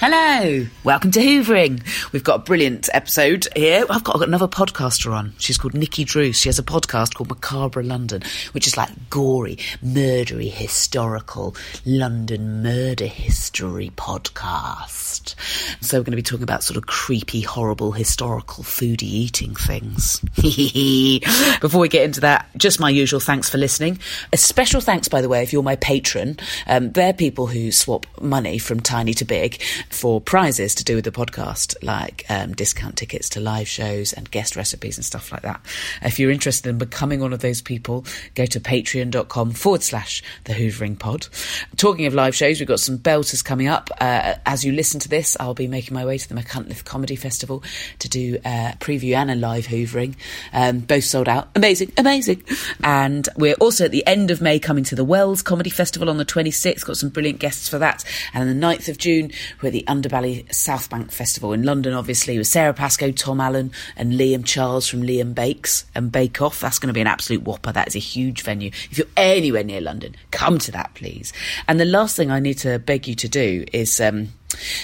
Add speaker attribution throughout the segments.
Speaker 1: Hello, welcome to Hoovering. We've got a brilliant episode here. I've got another podcaster on. She's called Nikki Drew. She has a podcast called Macabre London, which is like gory, murdery, historical London murder history podcast. So we're going to be talking about sort of creepy, horrible, historical foodie eating things. Before we get into that, just my usual thanks for listening. A special thanks, by the way, if you're my patron. Um, they're people who swap money from tiny to big for prizes to do with the podcast, like um, discount tickets to live shows and guest recipes and stuff like that. If you're interested in becoming one of those people, go to patreon.com forward slash the Hoovering Pod. Talking of live shows, we've got some belters coming up. Uh, as you listen to this, I'll be making my way to the McCuntliff Comedy Festival to do uh, a preview and a live Hoovering. Um, both sold out. Amazing, amazing. And we're also at the end of May coming to the Wells Comedy Festival on the 26th. Got some brilliant guests for that. And on the 9th of June, we're at the Underbelly Southbank Festival in London, obviously, with Sarah Pascoe, Tom Allen, and Liam Charles from Liam Bakes and Bake Off. That's going to be an absolute whopper. That is a huge venue. If you're anywhere near London, come to that, please. And the last thing I need to beg you to do is. Um,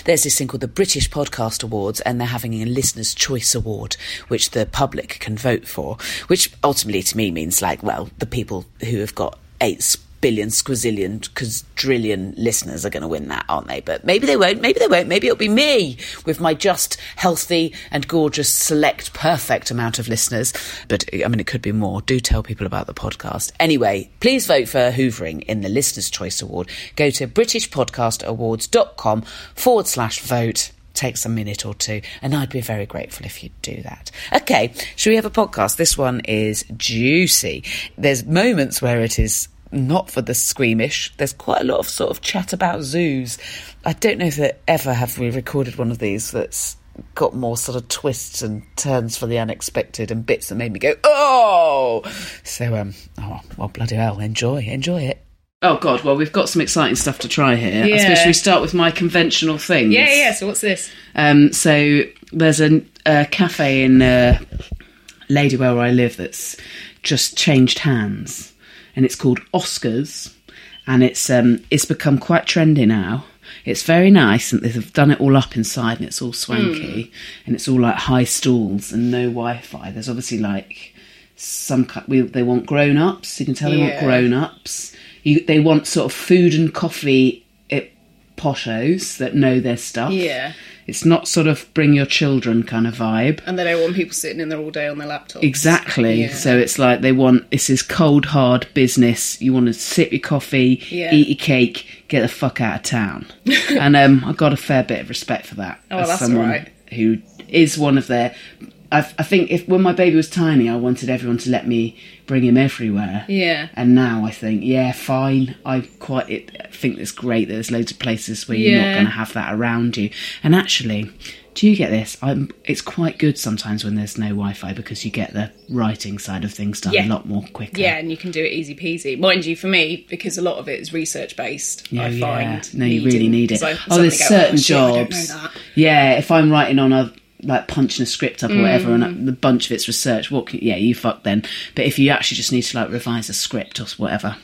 Speaker 1: there's this thing called the British Podcast Awards, and they're having a Listener's Choice Award, which the public can vote for, which ultimately to me means like, well, the people who have got eight billion, squazillion, quadrillion listeners are going to win that, aren't they? But maybe they won't. Maybe they won't. Maybe it'll be me with my just healthy and gorgeous, select, perfect amount of listeners. But I mean, it could be more. Do tell people about the podcast. Anyway, please vote for Hoovering in the Listener's Choice Award. Go to BritishPodcastAwards.com forward slash vote. Takes a minute or two, and I'd be very grateful if you'd do that. Okay, should we have a podcast? This one is juicy. There's moments where it is not for the squeamish. There's quite a lot of sort of chat about zoos. I don't know if there ever have we recorded one of these that's got more sort of twists and turns for the unexpected and bits that made me go, oh! So, um, oh, well, bloody hell, enjoy, enjoy it.
Speaker 2: Oh God! Well, we've got some exciting stuff to try here. I suppose
Speaker 3: Yeah.
Speaker 2: should we start with my conventional things.
Speaker 3: Yeah, yeah. So what's this?
Speaker 2: Um, so there's a, a cafe in uh, Ladywell where I live that's just changed hands, and it's called Oscars, and it's um, it's become quite trendy now.
Speaker 1: It's very nice, and they've done it all up inside, and it's all swanky,
Speaker 3: Hmm.
Speaker 1: and it's all like high stalls and no Wi-Fi. There's obviously like some ki- we, they want grown-ups. You can tell they want
Speaker 2: Yeah.
Speaker 1: grown-ups. You, they want sort of food and coffee at poshos that know their stuff.
Speaker 2: Yeah.
Speaker 1: it's not sort of bring your children kind of vibe.
Speaker 2: And they don't want people sitting in there all day on their laptops.
Speaker 1: Exactly.
Speaker 2: Yeah.
Speaker 1: So it's like they want this is cold hard business. You want to sip your coffee,
Speaker 2: Yeah.
Speaker 1: eat your cake, get the fuck out of town. and um, I got a fair bit of respect for that.
Speaker 2: Oh,
Speaker 1: as
Speaker 2: that's all
Speaker 1: someone
Speaker 2: right.
Speaker 1: Who is one of their. I, I think if when my baby was tiny, I wanted everyone to let me bring him everywhere.
Speaker 2: Yeah.
Speaker 1: And now I think, yeah, fine. I quite it, think it's great that there's loads of places where you're not
Speaker 2: Yeah.
Speaker 1: going to have that around you. And actually, do you get this? I'm, it's quite good sometimes when there's no Wi-Fi because you get the writing side of things done
Speaker 2: Yeah.
Speaker 1: a lot more quicker.
Speaker 2: Yeah, and you can do it easy peasy. Mind you, for me, because a lot of it is research based,
Speaker 1: Yeah,
Speaker 2: I
Speaker 1: yeah.
Speaker 2: find.
Speaker 1: No, you really
Speaker 2: needing-
Speaker 1: need it.
Speaker 2: 'cause I
Speaker 1: oh, there's certain
Speaker 2: suddenly go, "Oh, shit, I don't know
Speaker 1: jobs.
Speaker 2: that."
Speaker 1: Yeah, if I'm writing on a like punching a script up or whatever, and
Speaker 2: Mm.
Speaker 1: the bunch of it's research. What? Can, yeah, you fuck then. But if you actually just need to like revise a script or whatever.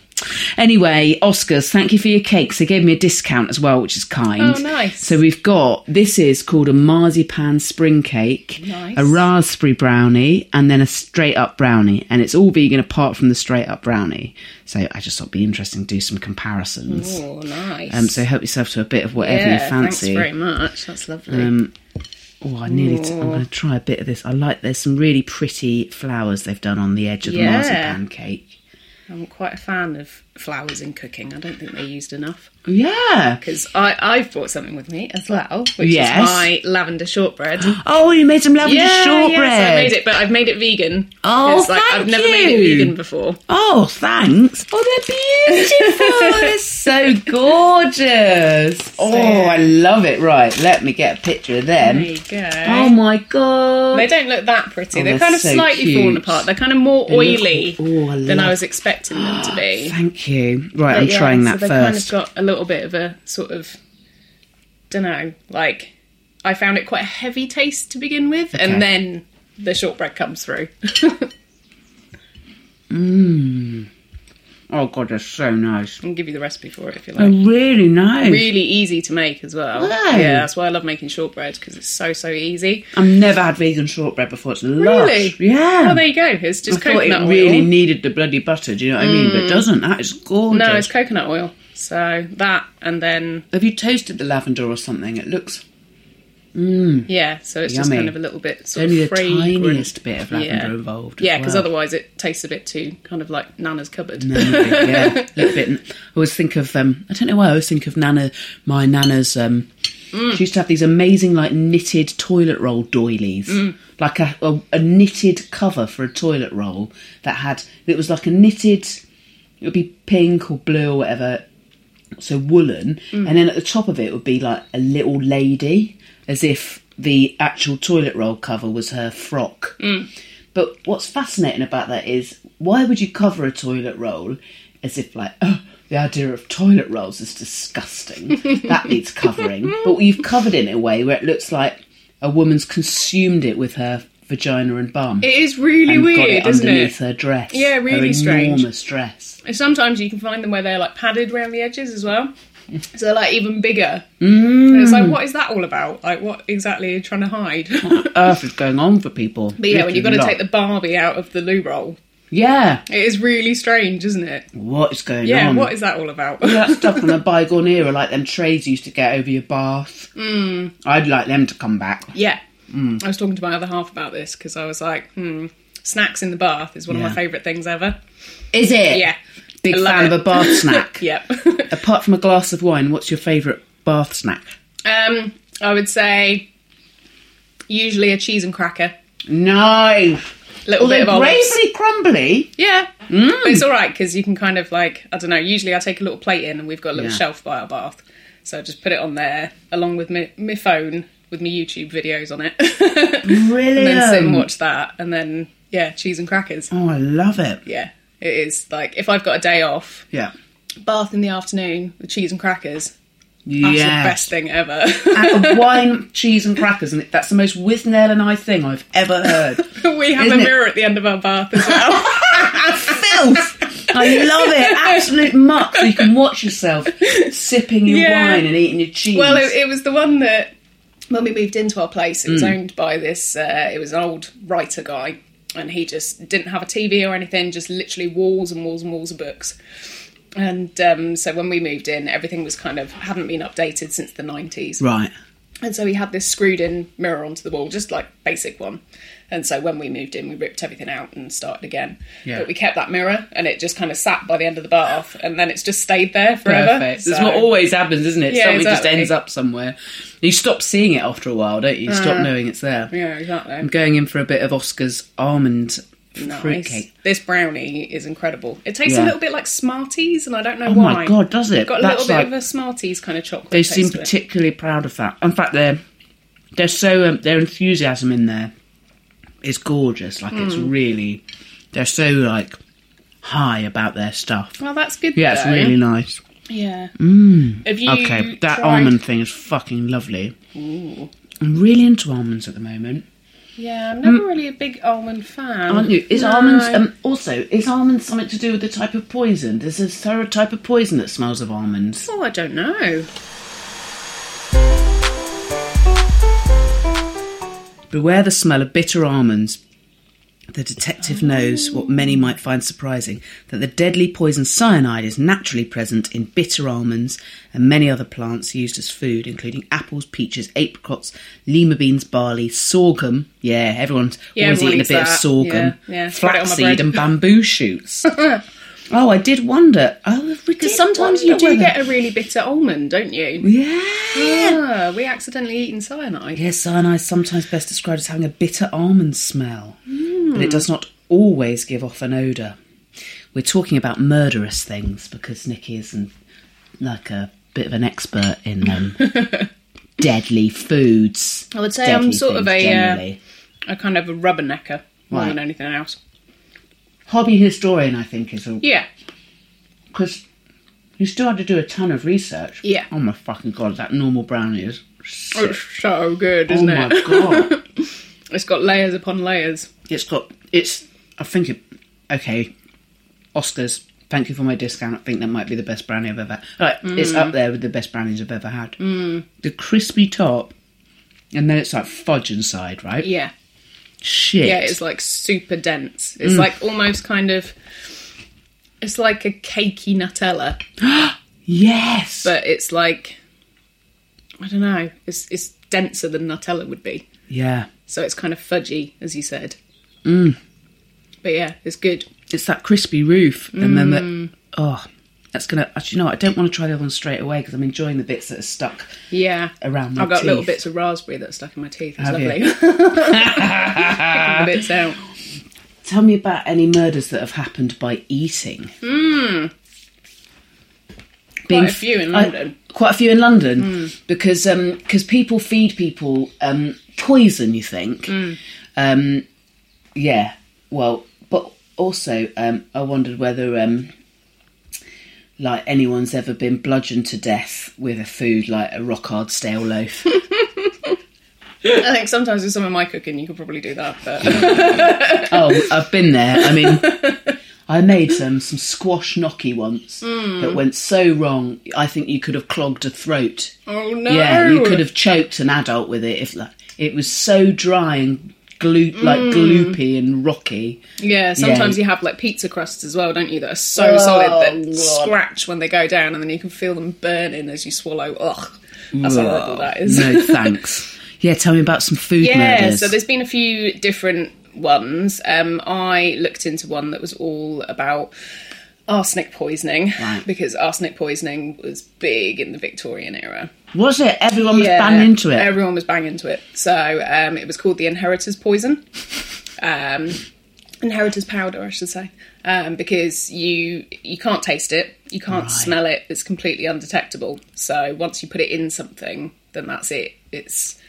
Speaker 1: Anyway, Oscars, thank you for your cakes. They gave me a discount as well, which is kind.
Speaker 2: Oh, nice.
Speaker 1: So we've got this is called a marzipan spring cake,
Speaker 2: Nice.
Speaker 1: a raspberry brownie, and then a straight up brownie, and it's all vegan apart from the straight up brownie. So I just thought it'd be interesting to do some comparisons.
Speaker 2: Oh, nice.
Speaker 1: Um, so help yourself to a bit of whatever
Speaker 2: yeah,
Speaker 1: you fancy. Um,
Speaker 2: Thanks very much. That's lovely.
Speaker 1: Oh, I nearly. T- I'm going to try a bit of this. I like. There's some really pretty flowers they've done on the edge of the
Speaker 2: Yeah.
Speaker 1: marzipan cake.
Speaker 2: I'm quite a fan of flowers in cooking. I don't think they're used enough.
Speaker 1: Yeah.
Speaker 2: Because I've brought something with me as well, which
Speaker 1: Oh, Yes.
Speaker 2: is my lavender shortbread.
Speaker 1: Oh, you made some lavender
Speaker 2: yeah,
Speaker 1: shortbread.
Speaker 2: Yes, I made it, but I've made it vegan.
Speaker 1: Oh,
Speaker 2: 'Cause, like, I've
Speaker 1: thank
Speaker 2: never made
Speaker 1: you.
Speaker 2: it vegan before.
Speaker 1: Oh, thanks. Oh, they're beautiful. they're so gorgeous. Oh, I love it. Right, let me get a picture of them.
Speaker 2: There you go.
Speaker 1: Oh my god.
Speaker 2: They don't look that pretty.
Speaker 1: Oh,
Speaker 2: they're,
Speaker 1: they're
Speaker 2: kind of
Speaker 1: so
Speaker 2: slightly
Speaker 1: cute.
Speaker 2: fallen apart. They're kind of more
Speaker 1: look-
Speaker 2: oily
Speaker 1: Oh, I
Speaker 2: than I
Speaker 1: love-
Speaker 2: was expecting them to be.
Speaker 1: Thank you. Right,
Speaker 2: But
Speaker 1: I'm
Speaker 2: yeah,
Speaker 1: trying
Speaker 2: so
Speaker 1: that
Speaker 2: they've
Speaker 1: first.
Speaker 2: kind of got a little bit of a sort of, don't know, like I found it quite a heavy taste to begin with,
Speaker 1: Okay.
Speaker 2: and then the shortbread comes through.
Speaker 1: oh god, they're so nice.
Speaker 2: I'll give you the recipe for it if you
Speaker 1: They're
Speaker 2: like.
Speaker 1: really nice.
Speaker 2: Really easy to make as well.
Speaker 1: Wow.
Speaker 2: Yeah, that's why I love making shortbread because it's so so easy.
Speaker 1: I've never had vegan shortbread before. It's lush.
Speaker 2: Really?
Speaker 1: Yeah.
Speaker 2: Well, Oh, there you go. It's just
Speaker 1: I thought
Speaker 2: coconut
Speaker 1: it really
Speaker 2: oil. Mm.
Speaker 1: needed the bloody butter. Do you know what I mean? But it doesn't. That is gorgeous.
Speaker 2: no, it's coconut oil. So that and then
Speaker 1: Have you toasted the lavender or something? It looks
Speaker 2: Yeah, so it's just
Speaker 1: Yummy.
Speaker 2: kind of a little bit sort
Speaker 1: only
Speaker 2: of
Speaker 1: the
Speaker 2: fragrant.
Speaker 1: tiniest bit of lavender
Speaker 2: yeah.
Speaker 1: involved.
Speaker 2: Yeah,
Speaker 1: because
Speaker 2: because otherwise it tastes a bit too kind of like Nana's cupboard.
Speaker 1: yeah, a little bit. I always think of um, I don't know why I always think of Nana, my Nana's. Um,
Speaker 2: Mm.
Speaker 1: She used to have these amazing like knitted toilet roll doilies,
Speaker 2: Mm.
Speaker 1: like a, a, a knitted cover for a toilet roll that had it was like a knitted. It would be pink or blue or whatever, so woolen,
Speaker 2: Mm.
Speaker 1: and then at the top of it would be like a little lady, as if the actual toilet roll cover was her frock.
Speaker 2: Mm.
Speaker 1: But what's fascinating about that is why would you cover a toilet roll as if like oh the idea of toilet rolls is disgusting. that needs covering. But you've covered it in a way where it looks like a woman's consumed it with her vagina and bum.
Speaker 2: It is really
Speaker 1: and got
Speaker 2: weird,
Speaker 1: it
Speaker 2: isn't
Speaker 1: underneath
Speaker 2: it?
Speaker 1: her dress.
Speaker 2: Yeah, really
Speaker 1: her
Speaker 2: strange.
Speaker 1: Enormous dress.
Speaker 2: And Sometimes you can find them where they're like padded around the edges as well. So they're like even bigger. Mm. And it's like, what is that all about? Like, what exactly are you trying to hide? but
Speaker 1: Earth is going on for people. But
Speaker 2: yeah, when you've got to take the Barbie out of the loo roll,
Speaker 1: yeah,
Speaker 2: it is really strange, isn't it?
Speaker 1: what is going
Speaker 2: Yeah,
Speaker 1: on?
Speaker 2: what is that all about?
Speaker 1: that stuff from a bygone era, like them trays you used to get over your bath. Mm. I'd like them to come back.
Speaker 2: Yeah.
Speaker 1: Mm.
Speaker 2: I was talking to my other half about this because I was like, hmm, snacks in the bath is one of
Speaker 1: Yeah.
Speaker 2: my favourite things ever.
Speaker 1: Is it?
Speaker 2: Yeah.
Speaker 1: Big
Speaker 2: I love
Speaker 1: fan
Speaker 2: it.
Speaker 1: of a bath snack.
Speaker 2: Yep.
Speaker 1: Apart from a glass of wine, what's your favourite bath snack?
Speaker 2: um, I would say usually a cheese and cracker.
Speaker 1: Nice.
Speaker 2: Little
Speaker 1: Although
Speaker 2: bit of olives.
Speaker 1: bravely crumbly.
Speaker 2: Yeah.
Speaker 1: Mm.
Speaker 2: But it's all right because you can kind of like, I don't know, usually I take a little plate in and we've got a little
Speaker 1: Yeah.
Speaker 2: shelf by our bath. So I just put it on there along with my, my phone with my YouTube videos on it. and
Speaker 1: Brilliant.
Speaker 2: then sit and watch that. And then, yeah, cheese and crackers.
Speaker 1: Oh, I love it.
Speaker 2: Yeah. It is like if I've got a day off,
Speaker 1: Yeah.
Speaker 2: bath in the afternoon with cheese and crackers. That's
Speaker 1: Yeah.
Speaker 2: the best thing ever.
Speaker 1: of wine, cheese, and crackers, and that's the most with Nell and I thing I've ever heard.
Speaker 2: we have
Speaker 1: Isn't
Speaker 2: a
Speaker 1: it?
Speaker 2: mirror at the end of our bath as well.
Speaker 1: Filth!
Speaker 4: I love it. Absolute muck. So you can watch yourself sipping your
Speaker 2: Yeah.
Speaker 4: wine and eating your cheese.
Speaker 2: Well, it, it was the one that when we moved into our place, it was owned by this. Uh, it was an old writer guy, and he just didn't have a TV or anything. Just literally walls and walls and walls of books. And um, so when we moved in, everything was kind of hadn't been updated since the nineties.
Speaker 4: right.
Speaker 2: And so he had this screwed in mirror onto the wall, just like basic one. And so when we moved in, we ripped everything out and started again.
Speaker 4: Yeah.
Speaker 2: But we kept that mirror, and it just kind of sat by the end of the bath, and then it's just stayed there forever.
Speaker 1: Perfect. That's
Speaker 2: So-
Speaker 1: what always happens, isn't it?
Speaker 2: Yeah,
Speaker 1: Something
Speaker 2: exactly.
Speaker 1: just ends up somewhere. You stop seeing it after a while, don't you? You
Speaker 2: Uh.
Speaker 1: stop knowing it's there.
Speaker 2: Yeah, exactly.
Speaker 1: I'm going in for a bit of Oscar's almond
Speaker 2: Nice.
Speaker 1: fruitcake.
Speaker 2: This brownie is incredible. It tastes
Speaker 1: Yeah.
Speaker 2: a little bit like Smarties, and I don't know
Speaker 1: Oh
Speaker 2: why.
Speaker 1: my god, does it?
Speaker 2: Got a
Speaker 1: That's
Speaker 2: little bit
Speaker 1: like
Speaker 2: of a Smarties kind of chocolate.
Speaker 1: they
Speaker 2: taste
Speaker 1: seem
Speaker 2: to it.
Speaker 1: particularly proud of that. In fact, they're they're so um, their enthusiasm in there is gorgeous. Like it's really they're so like high about their stuff.
Speaker 2: Well, that's good.
Speaker 1: Yeah, it's
Speaker 2: though.
Speaker 1: really nice.
Speaker 2: Yeah. Mm. Have you
Speaker 1: Okay, that
Speaker 2: tried-
Speaker 1: almond thing is fucking lovely. I'm really into almonds at the moment.
Speaker 2: Yeah, I'm never really a big almond fan.
Speaker 1: Mm. Aren't you? Is
Speaker 2: No.
Speaker 1: almonds um, also is almonds something to do with the type of poison? There's a thorough type of poison that smells of almonds.
Speaker 2: Oh, I don't know.
Speaker 1: Beware the smell of bitter almonds. The detective knows what many might find surprising that the deadly poison cyanide is naturally present in bitter almonds and many other plants used as food, including apples, peaches, apricots, lima beans, barley, sorghum. Yeah, everyone's
Speaker 2: Yeah,
Speaker 1: always
Speaker 2: everyone
Speaker 1: eating a
Speaker 2: eats
Speaker 1: bit of
Speaker 2: that.
Speaker 1: sorghum,
Speaker 2: Yeah, yeah. Spread it on my
Speaker 1: flaxseed,
Speaker 2: bread.
Speaker 1: and bamboo shoots. oh, I did wonder. Oh,
Speaker 2: Because
Speaker 1: because
Speaker 2: sometimes you do get a really bitter almond, don't you?
Speaker 1: yeah.
Speaker 2: Yeah, we accidentally eaten cyanide.
Speaker 1: Yes, cyanide is sometimes best described as having a bitter almond smell, but it does not always give off an odour. We're talking about murderous things because Nikki is an, like a bit of an expert in um, deadly foods.
Speaker 2: I would say I'm
Speaker 1: deadly
Speaker 2: sort of
Speaker 1: things
Speaker 2: a, uh,
Speaker 1: generally.
Speaker 2: A kind of a rubbernecker more
Speaker 1: Right.
Speaker 2: than anything else.
Speaker 1: hobby historian. I think is a
Speaker 2: Yeah.
Speaker 1: because you still had to do a ton of research.
Speaker 2: Yeah.
Speaker 1: Oh my fucking god, that normal brownie is. Sick.
Speaker 2: It's so good,
Speaker 1: Oh
Speaker 2: isn't
Speaker 1: my
Speaker 2: it?
Speaker 1: god.
Speaker 2: It's got layers upon layers.
Speaker 1: It's got. It's. I think it. Okay. Oscars. Thank you for my discount. I think that might be the best brownie I've ever. Had. Like, It's
Speaker 2: Mm.
Speaker 1: up there with the best brownies I've ever had. Mm. The crispy top, and then it's like fudge inside, right?
Speaker 2: Yeah.
Speaker 1: Shit.
Speaker 2: Yeah, it's like super dense.
Speaker 1: Mm.
Speaker 2: It's like almost kind of. It's like a cakey Nutella,
Speaker 1: yes.
Speaker 2: but it's like. I don't know. It's, it's denser than Nutella would be.
Speaker 1: yeah.
Speaker 2: So it's kind of fudgy, as you said. Mm. But yeah, it's good.
Speaker 1: It's that crispy roof, and then
Speaker 2: Mm.
Speaker 1: the. Oh, that's gonna. Actually, no. I don't want to try the other one straight away because I'm enjoying the bits that are stuck.
Speaker 2: Yeah.
Speaker 1: Around my
Speaker 2: I've got little
Speaker 1: teeth.
Speaker 2: bits of raspberry that are stuck in my teeth. It's
Speaker 1: Have you?
Speaker 2: lovely. Picking the bits out.
Speaker 1: Tell me about any murders that have happened by eating. Being
Speaker 2: Quite a few in
Speaker 1: I-
Speaker 2: London.
Speaker 1: quite a few in London because because um, people feed people um, poison. You think? Um, yeah. Well, but also um, I wondered whether um, like anyone's ever been bludgeoned to death with a food like a rock hard stale loaf.
Speaker 2: I think sometimes with some of my cooking, you could probably do that. But
Speaker 1: Oh, I've been there. I mean, I made some some squash gnocchi once that went so wrong. I think you could have clogged a throat.
Speaker 2: oh no!
Speaker 1: Yeah, you could have choked an adult with it if like, it was so dry and glu- like
Speaker 2: Mm.
Speaker 1: gloopy and rocky.
Speaker 2: Yeah, sometimes you have like pizza crusts as well, don't you? That are so solid
Speaker 1: Oh,
Speaker 2: that scratch when they go down, and then you can feel them burning as you swallow. Ugh, that's how horrible that is.
Speaker 1: No thanks. yeah, tell me about some food
Speaker 2: yeah,
Speaker 1: murders.
Speaker 2: so there's been a few different ones. Um, I looked into one that was all about arsenic poisoning because arsenic poisoning was big in the Victorian era.
Speaker 1: was it everyone was
Speaker 2: Yeah,
Speaker 1: banged into it?
Speaker 2: Everyone was banging into it. So um, it was called the inheritor's poison. Um, inheritor's powder, I should say, um, because you you can't taste it, you can't smell it. It's completely undetectable. So once you put it in something, then that's it. It's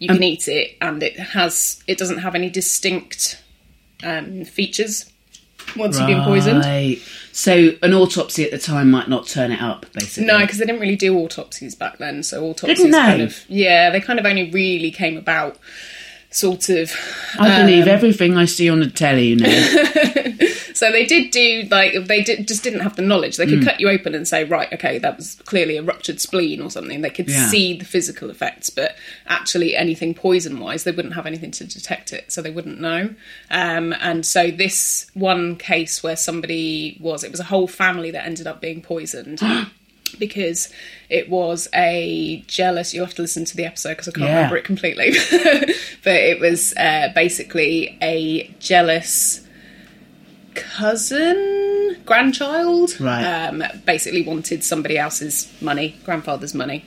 Speaker 2: you
Speaker 1: Um,
Speaker 2: can eat it, and it has it doesn't have any distinct um, features once you've been poisoned.
Speaker 1: Right. So an autopsy at the time might not turn it up, basically.
Speaker 2: No, because they didn't really do autopsies back then. So autopsies
Speaker 1: Didn't they?
Speaker 2: kind of yeah, they kind of only really came about sort of.
Speaker 1: I believe
Speaker 2: um,
Speaker 1: everything I see on the telly, you know.
Speaker 2: So they did do like they did, just didn't have the knowledge. They could cut you open and say, right, okay, that was clearly a ruptured spleen or something. They could
Speaker 1: Yeah.
Speaker 2: see the physical effects, but actually anything poison wise, they wouldn't have anything to detect it, so they wouldn't know. Um, and so this one case where somebody was, it was a whole family that ended up being poisoned. Because it was a jealous, you'll have to listen to the episode because I can't
Speaker 1: Yeah.
Speaker 2: remember it completely. but it was uh, basically a jealous cousin, grandchild,
Speaker 1: Right.
Speaker 2: um, basically wanted somebody else's money, grandfather's money.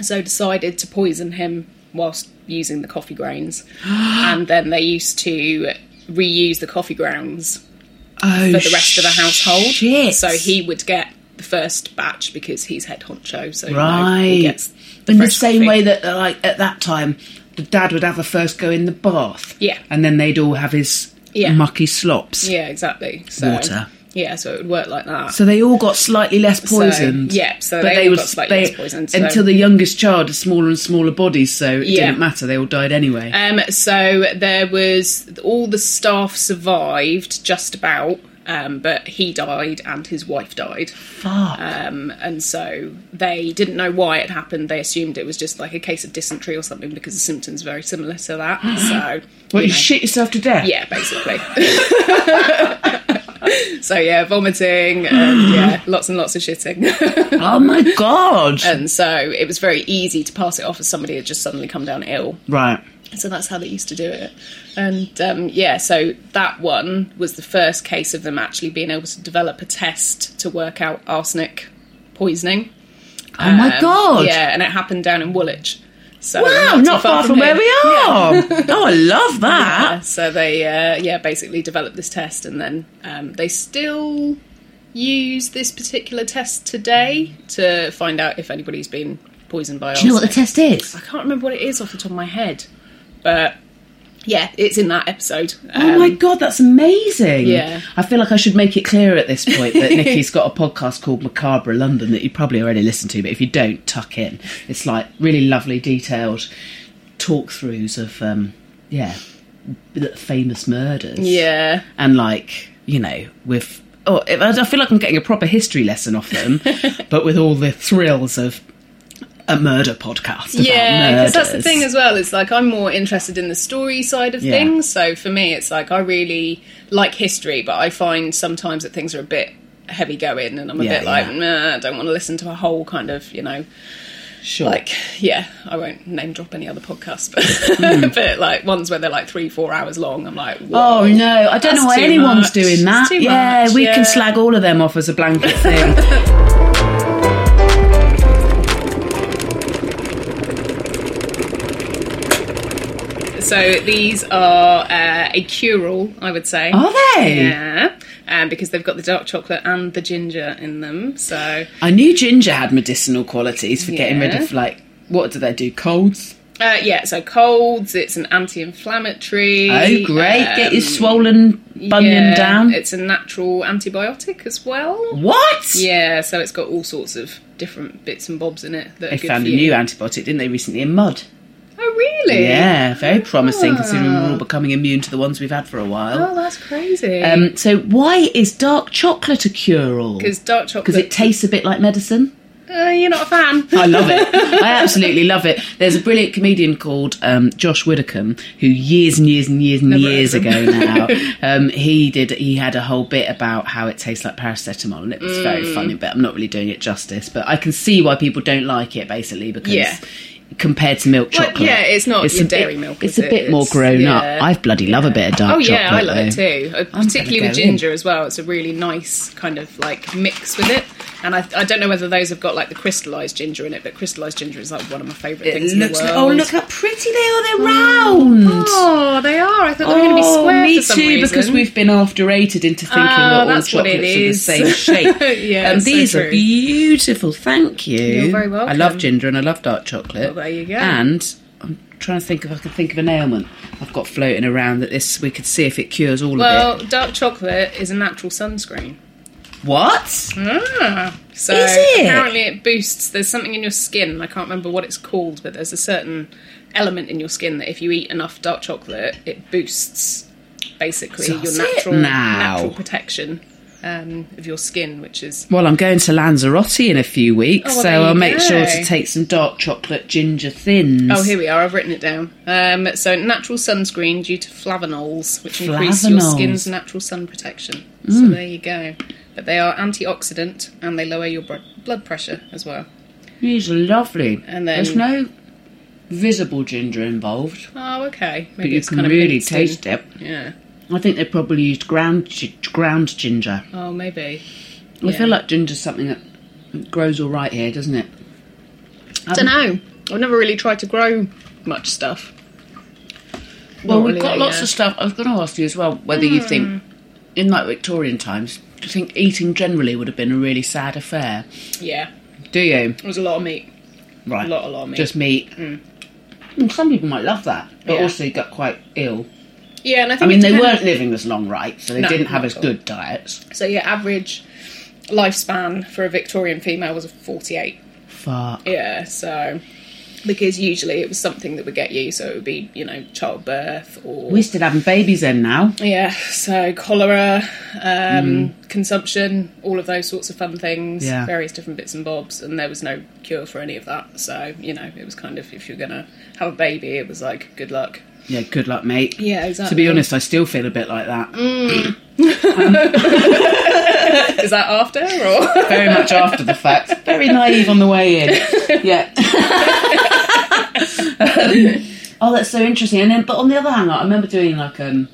Speaker 2: So decided to poison him whilst using the coffee grains. and then they used to reuse the coffee grounds
Speaker 1: Oh,
Speaker 2: for the rest of the household.
Speaker 1: Shit.
Speaker 2: So he would get the first batch because he's head honcho. So you know,
Speaker 1: right.
Speaker 2: he gets
Speaker 1: in the
Speaker 2: fresh
Speaker 1: same
Speaker 2: coffee.
Speaker 1: way that, uh, like, at that time, the dad would have a first go in the bath.
Speaker 2: Yeah.
Speaker 1: And then they'd all have his
Speaker 2: Yeah.
Speaker 1: mucky slops.
Speaker 2: yeah, exactly. So,
Speaker 1: Water.
Speaker 2: Yeah, so it would work like that.
Speaker 1: So they all got slightly less poisoned.
Speaker 2: yeah, so they all got slightly less poisoned, so-
Speaker 1: Until the youngest child had smaller and smaller bodies, so it
Speaker 2: Yeah.
Speaker 1: didn't matter. They all died anyway.
Speaker 2: Um, so there was all the staff survived just about, um, but he died and his wife died,
Speaker 1: Fuck.
Speaker 2: um, and so they didn't know why it happened. They assumed it was just like a case of dysentery or something because the symptoms very similar to that. So
Speaker 1: what, you shit yourself to death?
Speaker 2: yeah, basically. so yeah, vomiting and yeah, lots and lots of shitting.
Speaker 1: Oh my god.
Speaker 2: and so it was very easy to pass it off as somebody had just suddenly come down ill.
Speaker 1: right.
Speaker 2: So that's how they used to do it. And um, yeah, so that one was the first case of them actually being able to develop a test to work out arsenic poisoning. Um,
Speaker 1: Oh my god.
Speaker 2: Yeah, and it happened down in Woolwich. So
Speaker 1: Wow,
Speaker 2: too
Speaker 1: not far from, where
Speaker 2: here.
Speaker 1: we are. oh, I love that.
Speaker 2: Yeah, so they uh, yeah basically developed this test, and then um, they still use this particular test today to find out if anybody's been poisoned by
Speaker 1: Do you know what the
Speaker 2: arsenic.
Speaker 1: test is?
Speaker 2: I can't remember what it is off the top of my head, but yeah, it's in that episode.
Speaker 1: oh my god, that's amazing!
Speaker 2: Um, yeah.
Speaker 1: I feel like I should make it clear at this point that Nikki's got a podcast called Macabre London that you probably already listened to, but if you don't, tuck in. It's like really lovely, detailed talk throughs of um, yeah, b- famous murders.
Speaker 2: Yeah,
Speaker 1: and like you know with oh I I feel like I'm getting a proper history lesson off them, but with all the thrills of a murder podcast. About
Speaker 2: yeah, because that's the
Speaker 1: murders.
Speaker 2: thing as well. It's like I'm more interested in the story side of
Speaker 1: Yeah.
Speaker 2: things. So for me, it's like I really like history, but I find sometimes that things are a bit heavy going, and I'm a
Speaker 1: Yeah,
Speaker 2: bit like,
Speaker 1: yeah.
Speaker 2: nah, I don't want to listen to a whole kind of you know.
Speaker 1: Sure.
Speaker 2: Like, yeah, I won't name drop any other podcasts, but, but like ones where they're like three, four hours long, I'm like,
Speaker 1: Hmm. Oh
Speaker 2: whoa.
Speaker 1: no! I don't
Speaker 2: That's
Speaker 1: know why
Speaker 2: too
Speaker 1: anyone's
Speaker 2: much.
Speaker 1: doing that.
Speaker 2: It's too
Speaker 1: yeah,
Speaker 2: much,
Speaker 1: we
Speaker 2: yeah.
Speaker 1: can slag all of them off as a blanket thing.
Speaker 2: So these are uh, a cure-all, I would say.
Speaker 1: Are they?
Speaker 2: Yeah, um, because they've got the dark chocolate and the ginger in them. So
Speaker 1: I knew ginger had medicinal qualities for getting rid
Speaker 2: Yeah.
Speaker 1: of like what do they do? Colds.
Speaker 2: uh, yeah, so colds. It's an anti-inflammatory.
Speaker 1: Oh great! Get your
Speaker 2: um,
Speaker 1: swollen bunion
Speaker 2: yeah,
Speaker 1: down.
Speaker 2: It's a natural antibiotic as well.
Speaker 1: what?
Speaker 2: Yeah, so it's got all sorts of different bits and bobs in it that
Speaker 1: They
Speaker 2: are good
Speaker 1: found
Speaker 2: for
Speaker 1: a
Speaker 2: you.
Speaker 1: new antibiotic, didn't they, recently in mud?
Speaker 2: oh really?
Speaker 1: Yeah, very promising considering we're all becoming immune to the ones we've had for a
Speaker 2: Oh,
Speaker 1: while.
Speaker 2: that's crazy.
Speaker 1: Um, so why is dark chocolate a cure-all?
Speaker 2: because dark chocolate.
Speaker 1: Because it tastes a bit like medicine.
Speaker 2: uh, you're not a fan.
Speaker 1: I love it. I absolutely love it. There's a brilliant comedian called um, Josh Widdicombe who years and years and years and
Speaker 2: Never
Speaker 1: years
Speaker 2: heard
Speaker 1: ago
Speaker 2: of
Speaker 1: now um, he did he had a whole bit about how it tastes like paracetamol and it was
Speaker 2: Mm.
Speaker 1: very funny. But I'm not really doing it justice. But I can see why people don't like it basically because.
Speaker 2: Yeah.
Speaker 1: Compared to milk
Speaker 2: Well,
Speaker 1: chocolate,
Speaker 2: yeah, it's not
Speaker 1: a
Speaker 2: your
Speaker 1: bit-
Speaker 2: dairy milk,
Speaker 1: It's
Speaker 2: is
Speaker 1: a
Speaker 2: it?
Speaker 1: bit more
Speaker 2: It's-
Speaker 1: grown up.
Speaker 2: yeah.
Speaker 1: I bloody love a bit of dark
Speaker 2: Oh
Speaker 1: chocolate.
Speaker 2: yeah, I love it
Speaker 1: though.
Speaker 2: too. Uh,
Speaker 1: gonna
Speaker 2: particularly with
Speaker 1: go in.
Speaker 2: ginger as well. It's a really nice kind of like mix with it. And I, I don't know whether those have got like the crystallized ginger in it, but crystallized ginger is like one of my favourite things.
Speaker 1: It
Speaker 2: in the
Speaker 1: looks. Like, oh,
Speaker 2: world.
Speaker 1: look how pretty they are! They're round. Oh,
Speaker 2: Oh, they are. I thought they were going to be square
Speaker 1: me
Speaker 2: for some
Speaker 1: too,
Speaker 2: reason.
Speaker 1: because we've been after-rated into thinking
Speaker 2: Ah,
Speaker 1: that all
Speaker 2: that's what it
Speaker 1: chocolates are the
Speaker 2: is.
Speaker 1: same shape.
Speaker 2: Yeah,
Speaker 1: and
Speaker 2: it's so
Speaker 1: these are
Speaker 2: true.
Speaker 1: beautiful. Thank you.
Speaker 2: You're very
Speaker 1: I
Speaker 2: welcome.
Speaker 1: love ginger and I love dark chocolate.
Speaker 2: Well, there you go.
Speaker 1: And I'm trying to think if I can think of an ailment I've
Speaker 2: Oh.
Speaker 1: got floating around that this we could see if it cures all
Speaker 2: well,
Speaker 1: of
Speaker 2: dark chocolate is a natural sunscreen.
Speaker 1: it. What?
Speaker 2: Ah, So
Speaker 1: Is it?
Speaker 2: apparently it boosts. There's something in your skin. I can't remember what it's called, but there's a certain element in your skin that if you eat enough dark chocolate, it boosts basically
Speaker 1: Does
Speaker 2: your
Speaker 1: it
Speaker 2: natural
Speaker 1: now?
Speaker 2: natural protection um, of your skin, which is
Speaker 1: Well, I'm going to Lanzarote in a few weeks,
Speaker 2: Oh, well,
Speaker 1: so
Speaker 2: there you
Speaker 1: I'll make
Speaker 2: go.
Speaker 1: sure to take some dark chocolate ginger thins.
Speaker 2: Oh, here we are. I've written it down. Um, so, natural sunscreen due to flavonols, which increase your
Speaker 1: Flavonols.
Speaker 2: skin's natural sun protection.
Speaker 1: Mm.
Speaker 2: So, there you go. But they are antioxidant and they lower your bro- blood pressure as well.
Speaker 1: These are lovely.
Speaker 2: And then-
Speaker 1: There's no visible ginger involved,
Speaker 2: Oh, okay.
Speaker 1: but
Speaker 2: Maybe
Speaker 1: you
Speaker 2: it's eh?
Speaker 1: can
Speaker 2: kind of
Speaker 1: really
Speaker 2: minced in.
Speaker 1: taste it.
Speaker 2: Yeah.
Speaker 1: I think they probably used ground gi- ground ginger.
Speaker 2: Oh, maybe.
Speaker 1: I feel like ginger's something that grows all right here, doesn't it?
Speaker 2: I don't know. I've never really tried to grow much stuff.
Speaker 1: Well, we've
Speaker 2: Not really,
Speaker 1: got lots
Speaker 2: yeah. Hmm.
Speaker 1: of stuff. I was going to ask you as well whether you think, in like Victorian times, do you think eating generally would have been a really sad affair?
Speaker 2: Yeah.
Speaker 1: Do you?
Speaker 2: It was a lot of meat.
Speaker 1: Right.
Speaker 2: A lot, a lot of meat.
Speaker 1: Just meat. Mm, Some people might love that, but
Speaker 2: Yeah.
Speaker 1: also got quite ill.
Speaker 2: Yeah, and I
Speaker 1: I
Speaker 2: think
Speaker 1: mean,
Speaker 2: it
Speaker 1: they
Speaker 2: depends-
Speaker 1: weren't living as long, right? So they
Speaker 2: No,
Speaker 1: didn't have
Speaker 2: not
Speaker 1: as
Speaker 2: at all.
Speaker 1: good diets.
Speaker 2: So, yeah, average lifespan for a Victorian female was 48.
Speaker 1: Fuck.
Speaker 2: Yeah, so because usually it was something that would get you, so it would be you know childbirth or
Speaker 1: We're still having babies then now.
Speaker 2: yeah, so cholera, um, consumption, all of those sorts of fun things,
Speaker 1: Hmm. Yeah.
Speaker 2: various different bits and bobs, and there was no cure for any of that. So you know it was kind of if you're gonna have a baby, it was like good luck.
Speaker 1: Yeah, good luck, mate.
Speaker 2: Yeah,
Speaker 1: To
Speaker 2: exactly.
Speaker 1: be honest, I still feel a bit like that.
Speaker 2: Is that after or
Speaker 1: Very much after the fact. Very naive on the way in. Yeah. oh, that's so interesting. And then, but on the other hand, like, I remember doing like um,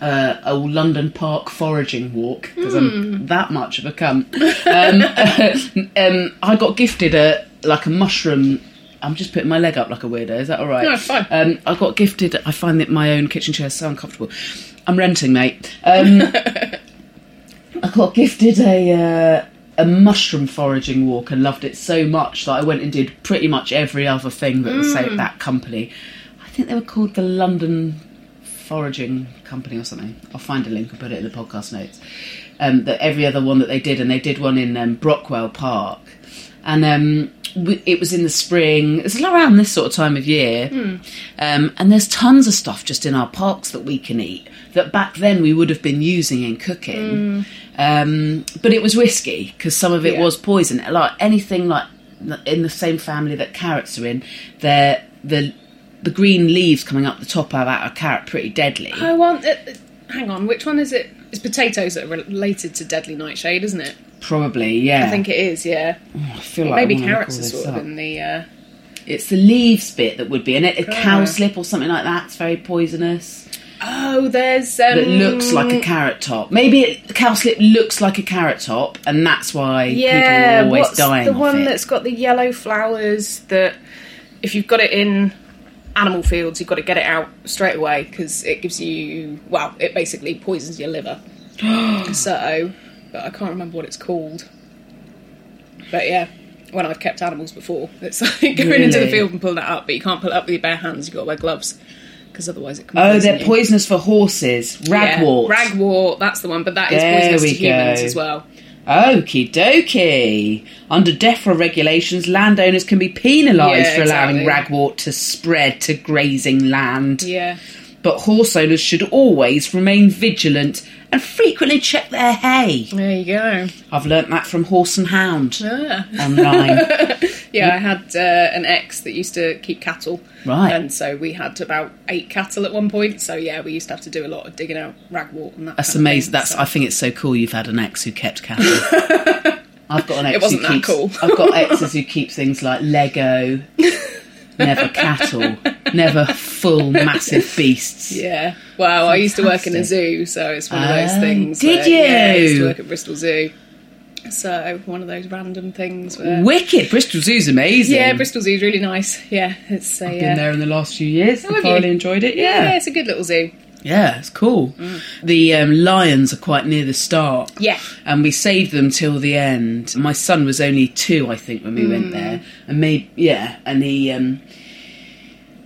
Speaker 1: uh, a London Park foraging walk because I'm that much of a cunt. Um, um, I got gifted a like a mushroom. I'm just putting my leg up like a weirdo. Is that all right?
Speaker 2: No, it's fine.
Speaker 1: Um, I got gifted. I find that my own kitchen chair is so uncomfortable. I'm renting, mate. Um, I got gifted a uh, a mushroom foraging walk and loved it so much that I went and did pretty much every other thing that was at that company. I think they were called the London Foraging Company or something. I'll find a link and put it in the podcast notes. Um, that every other one that they did, and they did one in um, Brockwell Park, and um, we, it was in the spring. It's around this sort of time of year, um, and there's tons of stuff just in our parks that we can eat that back then we would have been using in cooking. Um, but it was risky because some of it
Speaker 2: Yeah.
Speaker 1: was poison. Like anything like in the same family that carrots are in, they're the the green leaves coming up the top of that are carrot pretty deadly.
Speaker 2: I want it? Hang on, which one is it? It's potatoes that are related to deadly nightshade, isn't it?
Speaker 1: Probably, yeah. Oh,
Speaker 2: I think it is. Yeah,
Speaker 1: I feel like I
Speaker 2: maybe
Speaker 1: wanna look
Speaker 2: carrots
Speaker 1: all
Speaker 2: are
Speaker 1: this
Speaker 2: sort of
Speaker 1: up.
Speaker 2: in the. Uh,
Speaker 1: It's the leaves bit that would be in it. A cowslip or something like that's very poisonous.
Speaker 2: oh, there's um,
Speaker 1: That looks like a carrot top. Maybe it, cowslip looks like a carrot top, and that's why people are always
Speaker 2: what's
Speaker 1: dying.
Speaker 2: the
Speaker 1: off
Speaker 2: one
Speaker 1: it.
Speaker 2: that's got the yellow flowers that if you've got it in animal fields you've got to get it out straight away because it gives you well it basically poisons your liver so but i can't remember what it's called but yeah when i've kept animals before it's like going into the
Speaker 1: Really?
Speaker 2: field and pulling it up but you can't pull it up with your bare hands you've got to wear gloves because otherwise it can
Speaker 1: oh,
Speaker 2: poison
Speaker 1: they're
Speaker 2: you.
Speaker 1: poisonous for horses.
Speaker 2: Yeah,
Speaker 1: Ragwort.
Speaker 2: ragwort that's the one but that is
Speaker 1: There
Speaker 2: poisonous
Speaker 1: we
Speaker 2: to humans
Speaker 1: go.
Speaker 2: as well
Speaker 1: Okie dokie. Under DEFRA regulations, landowners can be penalised
Speaker 2: Yeah,
Speaker 1: for allowing
Speaker 2: exactly.
Speaker 1: ragwort to spread to grazing land.
Speaker 2: yeah
Speaker 1: But horse owners should always remain vigilant and frequently check their hay.
Speaker 2: there you go
Speaker 1: I've learnt that from Horse and Hound
Speaker 2: Ah.
Speaker 1: online.
Speaker 2: Yeah, I had uh, an ex that used to keep cattle.
Speaker 1: Right.
Speaker 2: And so we had about eight cattle at one point. So yeah, we used to have to do a lot of digging out ragwort and that.
Speaker 1: That's
Speaker 2: kind of thing,
Speaker 1: amazing. That's.
Speaker 2: so-
Speaker 1: I think it's so cool. You've had an ex who kept cattle. I've got an ex.
Speaker 2: It wasn't
Speaker 1: who
Speaker 2: that
Speaker 1: keeps,
Speaker 2: cool.
Speaker 1: I've got exes who keep things like Lego, never cattle, never full massive beasts.
Speaker 2: yeah. Wow, I used to work in a
Speaker 1: Fantastic.
Speaker 2: zoo, so it's one of those
Speaker 1: Oh,
Speaker 2: things.
Speaker 1: did
Speaker 2: that- Yeah, I used
Speaker 1: you?
Speaker 2: to work at Bristol Zoo. So one of those random things where.
Speaker 1: Wicked. Bristol Zoo's amazing.
Speaker 2: yeah, Bristol Zoo's really nice. Yeah, it's a.
Speaker 1: I've
Speaker 2: uh,
Speaker 1: been there in the last few years.
Speaker 2: have
Speaker 1: I thoroughly
Speaker 2: you?
Speaker 1: enjoyed it.
Speaker 2: yeah,
Speaker 1: Yeah.
Speaker 2: it's a good little zoo. Mm.
Speaker 1: Yeah, it's cool. The um, lions are quite near the start.
Speaker 2: Yeah.
Speaker 1: And we saved them till the end. My son was only two, I think, when we
Speaker 2: Mm.
Speaker 1: went there. And maybe, yeah, and he. Um,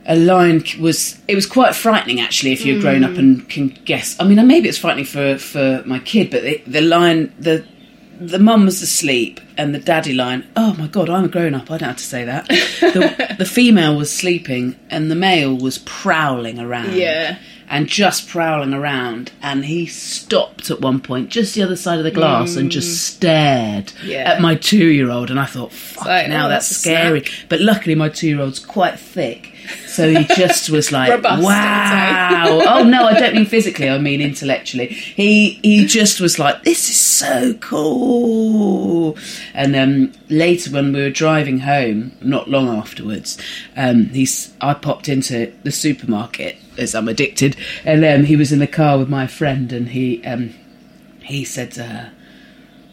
Speaker 1: a lion c- was it was quite frightening actually if you're grown up and can guess i mean maybe it's frightening for for my kid but the, the lion the the mum was asleep and the daddy line, oh my god, I'm a grown up, I don't have to say that. The, the female was sleeping and the male was prowling around.
Speaker 2: Yeah.
Speaker 1: And just prowling around, and he stopped at one point, just the other side of the glass, and just stared
Speaker 2: Mm. Yeah.
Speaker 1: at my two-year-old. And I thought, "Fuck,
Speaker 2: like,
Speaker 1: now
Speaker 2: oh,
Speaker 1: that's,
Speaker 2: that's a
Speaker 1: scary." But luckily, my two-year-old's quite thick, so he just was like,
Speaker 2: Robust, I would
Speaker 1: "Wow,
Speaker 2: say.
Speaker 1: oh no, I don't mean physically. I mean intellectually. He he just was like, this is so cool. And um, later, when we were driving home, not long afterwards, um, he's I popped into the supermarket as I'm addicted, and um, he was in the car with my friend, and he um, he said to her,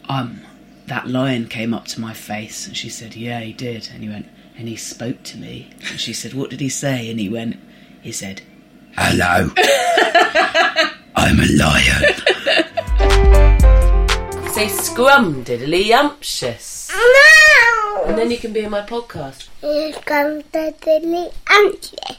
Speaker 1: "Um, that lion came up to my face," and she said, "Yeah, he did." And he went. And he spoke to me, and she said, "What did he say?" And he went, "He said, Hello. I'm a lion.
Speaker 4: Say scrum diddly umptious.
Speaker 5: Hello.
Speaker 4: And then you can be in my podcast.
Speaker 5: Here comes the silly auntie.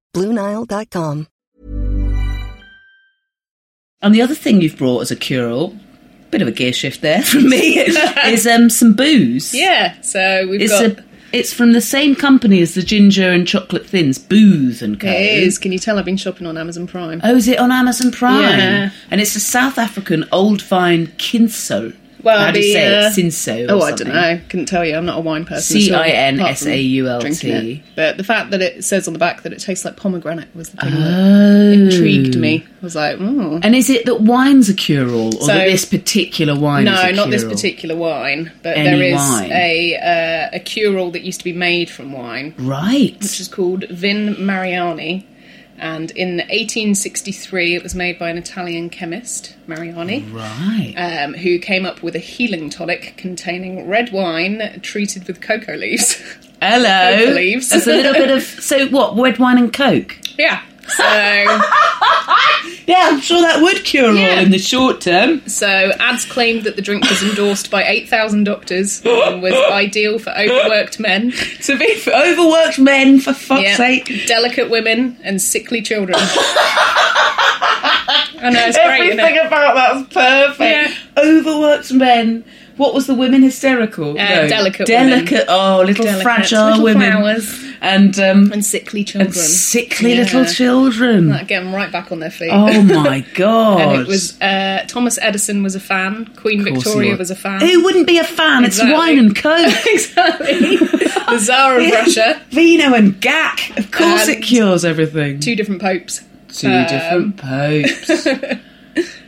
Speaker 6: BlueNile.com.
Speaker 1: And the other thing you've brought as a cure-all, bit of a gear shift there from me, is um, some booze.
Speaker 2: Yeah, so we've
Speaker 1: it's
Speaker 2: got.
Speaker 1: a, it's from the same company as the ginger and chocolate thins, Booze and Co.
Speaker 2: it is. Can you tell I've been shopping on Amazon Prime?
Speaker 1: Oh, is it on Amazon Prime?
Speaker 2: Yeah.
Speaker 1: And it's a South African old vine kinso. How do you
Speaker 2: the,
Speaker 1: say
Speaker 2: uh,
Speaker 1: it? Sinso.
Speaker 2: Oh,
Speaker 1: or
Speaker 2: I
Speaker 1: something.
Speaker 2: don't know. Couldn't tell you. I'm not a wine person. at all, apart from
Speaker 1: C-I-N-S-A-U-L-T.
Speaker 2: drinking it. But the fact that it says on the back that it tastes like pomegranate was the thing
Speaker 1: Oh.
Speaker 2: that intrigued me. I was like, oh.
Speaker 1: And is it that wine's a cure-all, or
Speaker 2: So-
Speaker 1: that this particular wine? is
Speaker 2: no,
Speaker 1: a
Speaker 2: not this
Speaker 1: cure-all?
Speaker 2: particular wine, but
Speaker 1: Any
Speaker 2: there is
Speaker 1: wine?
Speaker 2: a uh, a cure-all that used to be made from wine,
Speaker 1: Right.
Speaker 2: which is called Vin Mariani. And in 1863, it was made by an Italian chemist, Mariani,
Speaker 1: Right.
Speaker 2: um, who came up with a healing tonic containing red wine treated with cocoa leaves.
Speaker 1: Hello.
Speaker 2: Coke leaves.
Speaker 1: That's a little bit of so what red wine and coke.
Speaker 2: yeah. So.
Speaker 1: Yeah, I'm sure that would cure all
Speaker 2: Yeah.
Speaker 1: in the short term.
Speaker 2: So, ads claimed that the drink was endorsed by 8,000 doctors and was ideal for overworked men,
Speaker 1: To be for overworked men, for fuck's
Speaker 2: yeah,
Speaker 1: sake.
Speaker 2: delicate women, and sickly children. I know, it's great,
Speaker 1: Everything
Speaker 2: isn't it?
Speaker 1: about that's perfect. Overworked men. What was the women hysterical?
Speaker 2: Uh, delicate women.
Speaker 1: Delicate. Oh, little
Speaker 2: Delicate,
Speaker 1: fragile
Speaker 2: little
Speaker 1: women.
Speaker 2: flowers.
Speaker 1: And um
Speaker 2: And sickly children.
Speaker 1: and sickly
Speaker 2: Yeah.
Speaker 1: little children.
Speaker 2: That get them right back on their feet.
Speaker 1: Oh my god.
Speaker 2: and it was uh, Thomas Edison was a fan, Queen
Speaker 1: Of course he
Speaker 2: Victoria
Speaker 1: would.
Speaker 2: was a fan.
Speaker 1: Who wouldn't be a fan?
Speaker 2: Exactly.
Speaker 1: It's wine and coke.
Speaker 2: exactly. The Tsar of Russia,
Speaker 1: Vino and Gak. Of course, it
Speaker 2: And- um,
Speaker 1: cures everything.
Speaker 2: two different popes.
Speaker 1: Two different popes.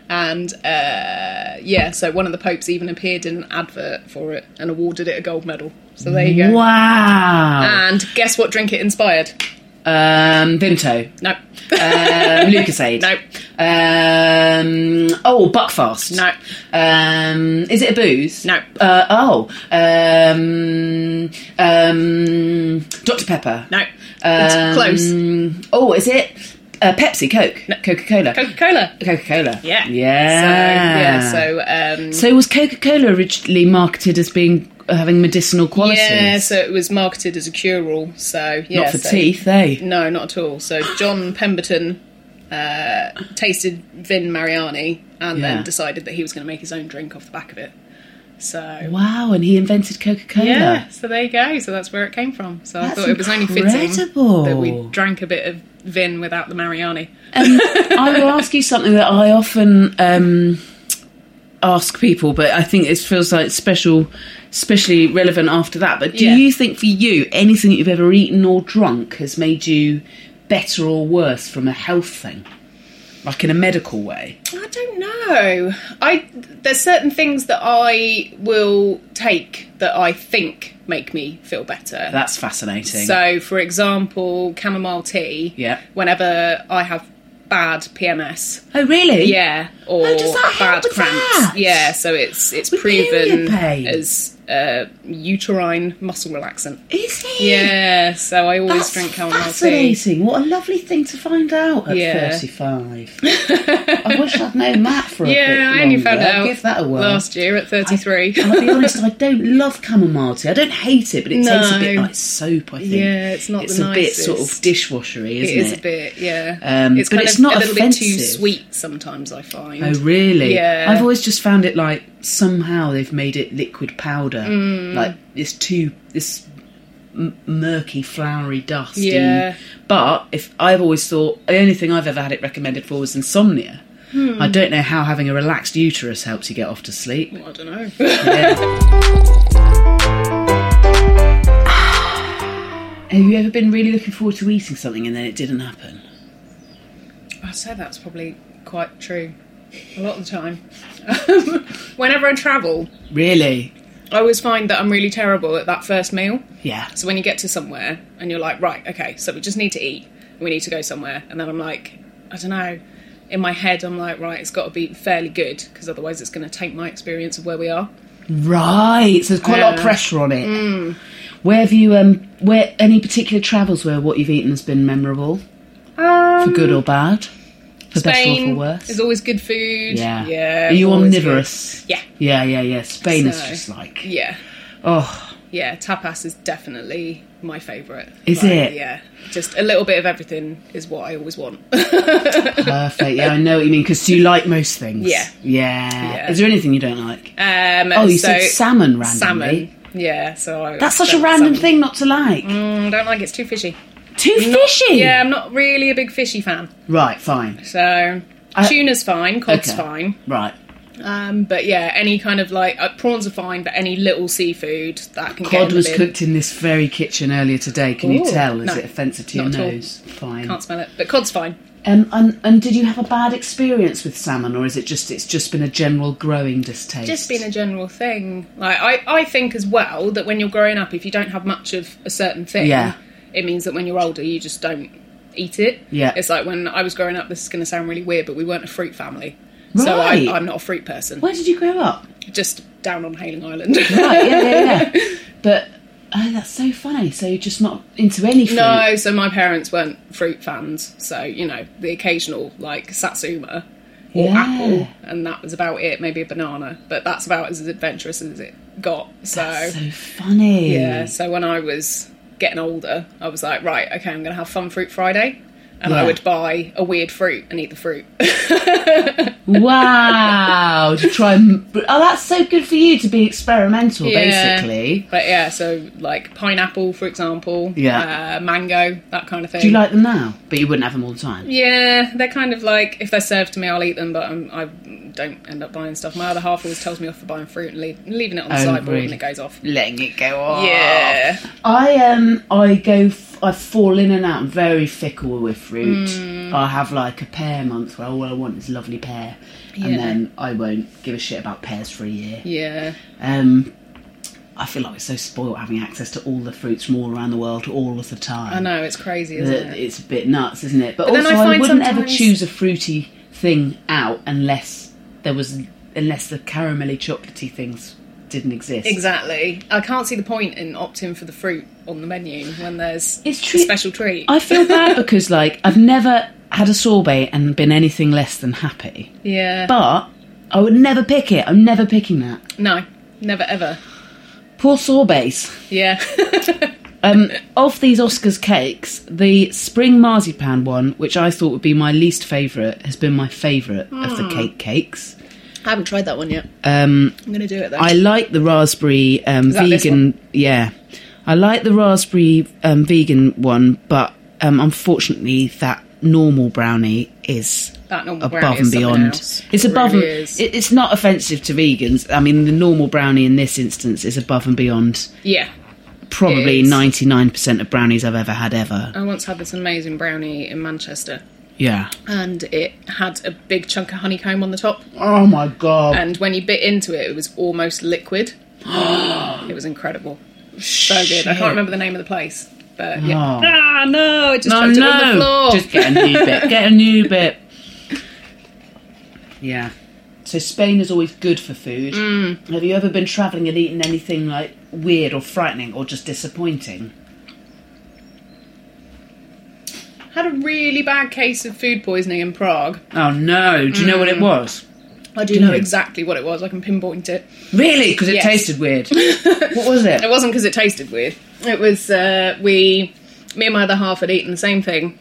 Speaker 2: And uh, yeah, so one of the popes even appeared in an advert for it and awarded it a gold medal. So there you go.
Speaker 1: wow.
Speaker 2: And guess what drink it inspired?
Speaker 1: Um, Vimto.
Speaker 2: No.
Speaker 1: Um, Lucasade.
Speaker 2: No. Uh,
Speaker 1: Um, oh, Buckfast.
Speaker 2: No. Uh,
Speaker 1: Um, is it a booze?
Speaker 2: No.
Speaker 1: Uh, oh. Um, um, Dr Pepper.
Speaker 2: No.
Speaker 1: Um,
Speaker 2: It's close.
Speaker 1: Oh, is it? Uh, Pepsi, Coke, Coca Cola,
Speaker 2: Coca Cola.
Speaker 1: Coca Cola.
Speaker 2: Yeah.
Speaker 1: yeah,
Speaker 2: So, yeah, so. Um,
Speaker 1: So was Coca Cola originally marketed as being uh, having medicinal qualities?
Speaker 2: Yeah, so it was marketed as a cure all. So yeah,
Speaker 1: Not for
Speaker 2: so-
Speaker 1: teeth, eh?
Speaker 2: No, not at all. So John Pemberton uh, tasted Vin Mariani and
Speaker 1: Yeah.
Speaker 2: then decided that he was going to make his own drink off the back of it. So
Speaker 1: Wow, and he invented Coca Cola.
Speaker 2: yeah, so there you go. So that's where it came from. So
Speaker 1: That's
Speaker 2: I thought it was only
Speaker 1: incredible.
Speaker 2: fitting that we drank a bit of Vin without the Mariani.
Speaker 1: I will ask you something that I often um, ask people, but I think it feels like special, especially relevant after that. But do
Speaker 2: Yeah.
Speaker 1: you think for you anything that you've ever eaten or drunk has made you better or worse from a health thing, like in a medical way?
Speaker 2: I don't know. I there's certain things that I will take that I think make me feel better.
Speaker 1: That's fascinating.
Speaker 2: So, for example, chamomile tea.
Speaker 1: Yeah.
Speaker 2: Whenever I have bad PMS.
Speaker 1: oh really?
Speaker 2: Yeah. Or
Speaker 1: Oh, does that help
Speaker 2: bad
Speaker 1: with
Speaker 2: cramps.
Speaker 1: that?
Speaker 2: Yeah. So it's it's
Speaker 1: With
Speaker 2: proven
Speaker 1: period pain?
Speaker 2: as a uterine muscle relaxant.
Speaker 1: Is it?
Speaker 2: Yeah. So I always
Speaker 1: That's
Speaker 2: drink chamomile tea.
Speaker 1: fascinating. What a lovely thing to find out at
Speaker 2: Yeah.
Speaker 1: 35. I wish I'd known that for a bit
Speaker 2: Yeah, I only
Speaker 1: longer.
Speaker 2: found out
Speaker 1: Give that a whirl.
Speaker 2: last year at 33.
Speaker 1: And I'll be honest, I don't love chamomile tea. I don't hate it, but it tastes a bit
Speaker 2: No.
Speaker 1: like soap, I think.
Speaker 2: Yeah, it's not
Speaker 1: It's
Speaker 2: the
Speaker 1: a
Speaker 2: nicest.
Speaker 1: bit sort of dishwashery,
Speaker 2: It
Speaker 1: isn't it?
Speaker 2: is a bit, yeah.
Speaker 1: Um,
Speaker 2: it's
Speaker 1: but
Speaker 2: kind
Speaker 1: it's
Speaker 2: of
Speaker 1: not
Speaker 2: a little bit too
Speaker 1: offensive.
Speaker 2: sweet sometimes. I find.
Speaker 1: Oh, really?
Speaker 2: Yeah.
Speaker 1: I've always just found it like somehow they've made it liquid powder.
Speaker 2: Mm.
Speaker 1: Like this too, this m- murky, flowery dust. and-
Speaker 2: Yeah.
Speaker 1: but if I've always thought, the only thing I've ever had it recommended for was insomnia.
Speaker 2: Hmm.
Speaker 1: I don't know how having a relaxed uterus helps you get off to sleep.
Speaker 2: I don't know.
Speaker 1: Have you ever been really looking forward to eating something and then it didn't happen?
Speaker 2: I'd say that's probably quite true. A lot of the time. Whenever I travel,
Speaker 1: Really?
Speaker 2: I always find that I'm really terrible at that first meal.
Speaker 1: Yeah.
Speaker 2: So when you get to somewhere and you're like, right, okay, so we just need to eat, we need to go somewhere, and then I'm like, I don't know. In my head, I'm like, right, it's got to be fairly good because otherwise it's going to taint my experience of where we are.
Speaker 1: Right. So there's quite a lot of
Speaker 2: Yeah. Mm.
Speaker 1: pressure on it. Where have you? Um, where any particular travels where what you've eaten has been memorable for good or
Speaker 2: Mm.
Speaker 1: bad, for better or
Speaker 2: Spain
Speaker 1: for worse?
Speaker 2: is always good food.
Speaker 1: yeah.
Speaker 2: yeah.
Speaker 1: Are you
Speaker 2: always good.
Speaker 1: omnivorous?
Speaker 2: Yeah.
Speaker 1: Yeah. Yeah. Yeah. Spain is
Speaker 2: So-
Speaker 1: just like
Speaker 2: Yeah,
Speaker 1: oh.
Speaker 2: yeah. Tapas is definitely my favourite.
Speaker 1: Is it?
Speaker 2: Yeah. Just a little bit of everything is what I always want. Um,
Speaker 1: Perfect. Yeah, I know what you mean. Because you like most things.
Speaker 2: Yeah.
Speaker 1: yeah.
Speaker 2: Yeah.
Speaker 1: Is there anything you don't like?
Speaker 2: Um,
Speaker 1: Oh, you
Speaker 2: so-
Speaker 1: said salmon randomly.
Speaker 2: Salmon. Yeah, so I,
Speaker 1: That's such a
Speaker 2: don't-
Speaker 1: random
Speaker 2: salmon-
Speaker 1: thing not to like.
Speaker 2: Mm, I don't like it. It's too fishy.
Speaker 1: Too
Speaker 2: I'm not-
Speaker 1: fishy.
Speaker 2: yeah, I'm not really a big fishy fan.
Speaker 1: Right. Fine.
Speaker 2: So
Speaker 1: I-
Speaker 2: tuna's fine, cod's
Speaker 1: Okay.
Speaker 2: fine.
Speaker 1: Right.
Speaker 2: Um, but yeah, any kind of like uh, prawns are fine, but any little seafood that can get in
Speaker 1: Cod
Speaker 2: the
Speaker 1: was
Speaker 2: bin.
Speaker 1: cooked in this very kitchen earlier today. Can you
Speaker 2: Ooh,
Speaker 1: tell? Is
Speaker 2: no,
Speaker 1: it offensive to your
Speaker 2: not at all.
Speaker 1: nose? Fine.
Speaker 2: Can't smell it, but cod's fine.
Speaker 1: Um, and, and did you have a bad experience with salmon, or is it just it's just been a general growing distaste?
Speaker 2: Just been a general thing. Like I, I think as well that when you're growing up, if you don't have much of a certain thing,
Speaker 1: Yeah.
Speaker 2: it means that when you're older, you just don't eat it.
Speaker 1: Yeah.
Speaker 2: it's like when I was growing up. This is going to sound really weird, but we weren't a fruit family, so
Speaker 1: Right.
Speaker 2: I, I'm not a fruit person.
Speaker 1: Where did you grow up?
Speaker 2: Just down on Hailing Island.
Speaker 1: Right, yeah, yeah, yeah. but oh, that's so funny. So you're just not into any fruit.
Speaker 2: No, so my parents weren't fruit fans, so you know the occasional like satsuma or
Speaker 1: Yeah.
Speaker 2: apple, and that was about it. Maybe a banana, but that's about as adventurous as it got. So,
Speaker 1: That's so funny.
Speaker 2: yeah, so when I was getting older, I was like, right, okay, I'm going to have Fun Fruit Friday, and I
Speaker 1: Yeah.
Speaker 2: would buy a weird fruit and eat the fruit.
Speaker 1: Wow. to try and oh, that's so good for you to be experimental,
Speaker 2: Yeah.
Speaker 1: basically.
Speaker 2: But yeah, so like pineapple, for example,
Speaker 1: Yeah.
Speaker 2: uh, mango, that kind of thing.
Speaker 1: Do you like them now? But you wouldn't have them all the time.
Speaker 2: Yeah, they're kind of like if they're served to me, I'll eat them, but I'm, I don't end up buying stuff. My other half always tells me off for buying fruit and leave, leaving it on the
Speaker 1: Oh,
Speaker 2: sideboard
Speaker 1: really?
Speaker 2: and it goes off.
Speaker 1: Letting it go on.
Speaker 2: Yeah,
Speaker 1: I um I go f- I fall in and out. I'm very fickle with fruit.
Speaker 2: Mm.
Speaker 1: I have like a pear month where all I want is lovely pear, and
Speaker 2: Yeah.
Speaker 1: then I won't give a shit about pears for a year.
Speaker 2: yeah,
Speaker 1: Um, I feel like we're so spoiled having access to all the fruits from all around the world all of the time.
Speaker 2: I know it's crazy, isn't
Speaker 1: That
Speaker 2: it?
Speaker 1: it's a bit nuts, isn't it? But,
Speaker 2: But then
Speaker 1: also,
Speaker 2: I
Speaker 1: I,
Speaker 2: find
Speaker 1: wouldn't ever
Speaker 2: sometimes-
Speaker 1: choose a fruity thing out unless there was unless the caramelly chocolatey things didn't exist.
Speaker 2: Exactly. I can't see the point in opting for the fruit on the menu when there's
Speaker 1: It's
Speaker 2: a
Speaker 1: true.
Speaker 2: special treat.
Speaker 1: I feel bad because like I've never had a sorbet and been anything less than happy.
Speaker 2: Yeah.
Speaker 1: But I would never pick it. I'm never picking that.
Speaker 2: no, never ever.
Speaker 1: Poor sorbets.
Speaker 2: Yeah.
Speaker 1: Um, of these Oscars cakes, the spring marzipan one, which I thought would be my least favourite, has been my favourite of the
Speaker 2: Mm.
Speaker 1: cake cakes.
Speaker 2: I haven't tried that one yet.
Speaker 1: Um,
Speaker 2: I'm gonna do it though.
Speaker 1: I like the raspberry um,
Speaker 2: Is that this
Speaker 1: vegan. Yeah, I like the raspberry um, vegan one, but um, unfortunately, that normal brownie is
Speaker 2: That normal
Speaker 1: above
Speaker 2: brownie
Speaker 1: and
Speaker 2: is something
Speaker 1: beyond.
Speaker 2: else.
Speaker 1: It's
Speaker 2: It
Speaker 1: above.
Speaker 2: really
Speaker 1: and,
Speaker 2: is.
Speaker 1: it, it's not offensive to vegans. I mean, the normal brownie in this instance is above and beyond.
Speaker 2: Yeah.
Speaker 1: Probably
Speaker 2: It is.
Speaker 1: ninety nine percent of brownies I've ever had ever.
Speaker 2: I once had this amazing brownie in Manchester,
Speaker 1: Yeah.
Speaker 2: and it had a big chunk of honeycomb on the top.
Speaker 1: Oh my god.
Speaker 2: And when you bit into it, it was almost liquid. it was incredible. So good. I
Speaker 1: Shit.
Speaker 2: can't remember the name of the place, but yeah.
Speaker 1: Oh.
Speaker 2: Ah, no! I just
Speaker 1: No,
Speaker 2: dropped it on the
Speaker 1: no.
Speaker 2: floor.
Speaker 1: Just get a new bit. Get a new bit. Yeah. So Spain is always good for food.
Speaker 2: Mm.
Speaker 1: Have you ever been travelling and eaten anything like weird or frightening or just disappointing?
Speaker 2: Had a really bad case of food poisoning in Prague.
Speaker 1: Oh no! Do you know what it
Speaker 2: Mm.
Speaker 1: was?
Speaker 2: I do
Speaker 1: Do
Speaker 2: know
Speaker 1: you?
Speaker 2: exactly what it was. I can pinpoint it.
Speaker 1: Really? Because it
Speaker 2: Yes.
Speaker 1: tasted weird. what was it?
Speaker 2: It wasn't because it tasted weird. It was uh, we, me and my other half had eaten the same thing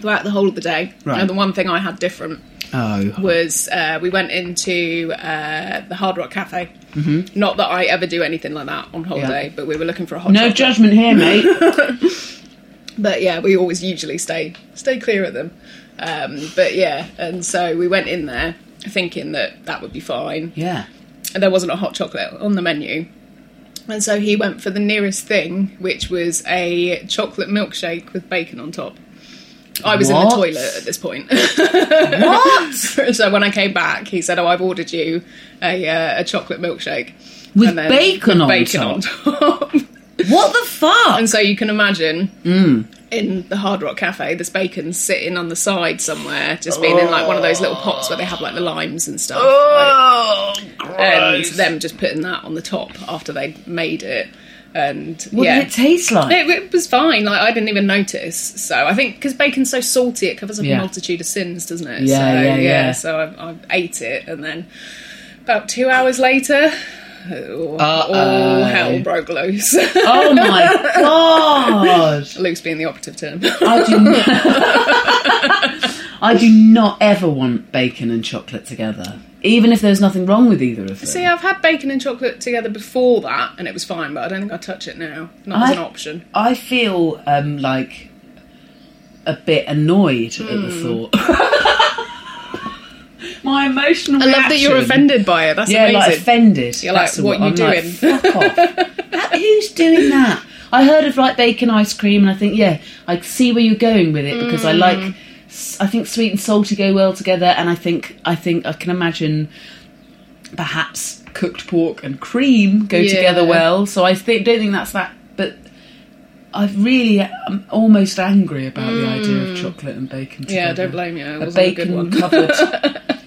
Speaker 2: throughout the whole of the day.
Speaker 1: Right.
Speaker 2: And the one thing I had different
Speaker 1: Oh.
Speaker 2: was uh, we went into uh, the Hard Rock Cafe.
Speaker 1: Mhm.
Speaker 2: Not that I ever do anything like that on holiday, but we were looking for a hot.
Speaker 1: No
Speaker 2: chocolate.
Speaker 1: judgment here, mate.
Speaker 2: But yeah, we always usually stay stay clear of them. Um, but yeah, and so we went in there thinking that that would be fine.
Speaker 1: yeah.
Speaker 2: and there wasn't a hot chocolate on the menu. And so he went for the nearest thing, which was a chocolate milkshake with bacon on top. I was in
Speaker 1: What?
Speaker 2: the toilet at this point. what? so when I came back, he said, "Oh, I've ordered you a, uh, a chocolate milkshake
Speaker 1: With
Speaker 2: And then-
Speaker 1: bacon
Speaker 2: with
Speaker 1: on
Speaker 2: bacon on
Speaker 1: top. what the fuck?
Speaker 2: And so you can imagine
Speaker 1: Mm.
Speaker 2: in the Hard Rock Cafe, this bacon sitting on the side somewhere, just being in like one of those little pots where they have like the limes and stuff.
Speaker 1: Oh,
Speaker 2: and
Speaker 1: gross.
Speaker 2: Um, them just putting that on the top after they made it. And
Speaker 1: What
Speaker 2: yeah.
Speaker 1: did it taste like?
Speaker 2: It, it was fine. Like I didn't even notice. So I think because bacon's so salty, it covers up
Speaker 1: Yeah.
Speaker 2: a multitude of sins, doesn't it?
Speaker 1: Yeah,
Speaker 2: so,
Speaker 1: yeah, yeah.
Speaker 2: So I, I ate it, and then about two hours later, oh, all hell broke loose.
Speaker 1: Oh my god!
Speaker 2: loose being the operative term.
Speaker 1: I do not. I do not ever want bacon and chocolate together, even if there's nothing wrong with either of them.
Speaker 2: See, I've had bacon and chocolate together before that, and it was fine. But I don't think I touch it now. Not as
Speaker 1: I-
Speaker 2: an option.
Speaker 1: I feel um, like a bit annoyed at the
Speaker 2: Mm.
Speaker 1: thought. My emotional.
Speaker 2: I love that you're
Speaker 1: reaction.
Speaker 2: offended by it. That's
Speaker 1: yeah,
Speaker 2: amazing.
Speaker 1: like offended.
Speaker 2: You're like,
Speaker 1: That's the
Speaker 2: what
Speaker 1: word.
Speaker 2: you
Speaker 1: I'm Like,
Speaker 2: doing?
Speaker 1: Fuck off. How- Who's doing that? I heard of like bacon ice cream, and I think yeah, I see where you're going with it because I
Speaker 2: Mm.
Speaker 1: like. s- I think sweet and salty go well together, and I think I think I can imagine perhaps cooked pork and cream go
Speaker 2: Yeah.
Speaker 1: together well. So I thi- don't think that's that, but. I've really, I'm almost angry about the idea of
Speaker 2: Mm.
Speaker 1: chocolate and bacon. Together.
Speaker 2: Yeah, don't blame you. It
Speaker 1: A
Speaker 2: wasn't a good
Speaker 1: bacon
Speaker 2: one.
Speaker 1: covered.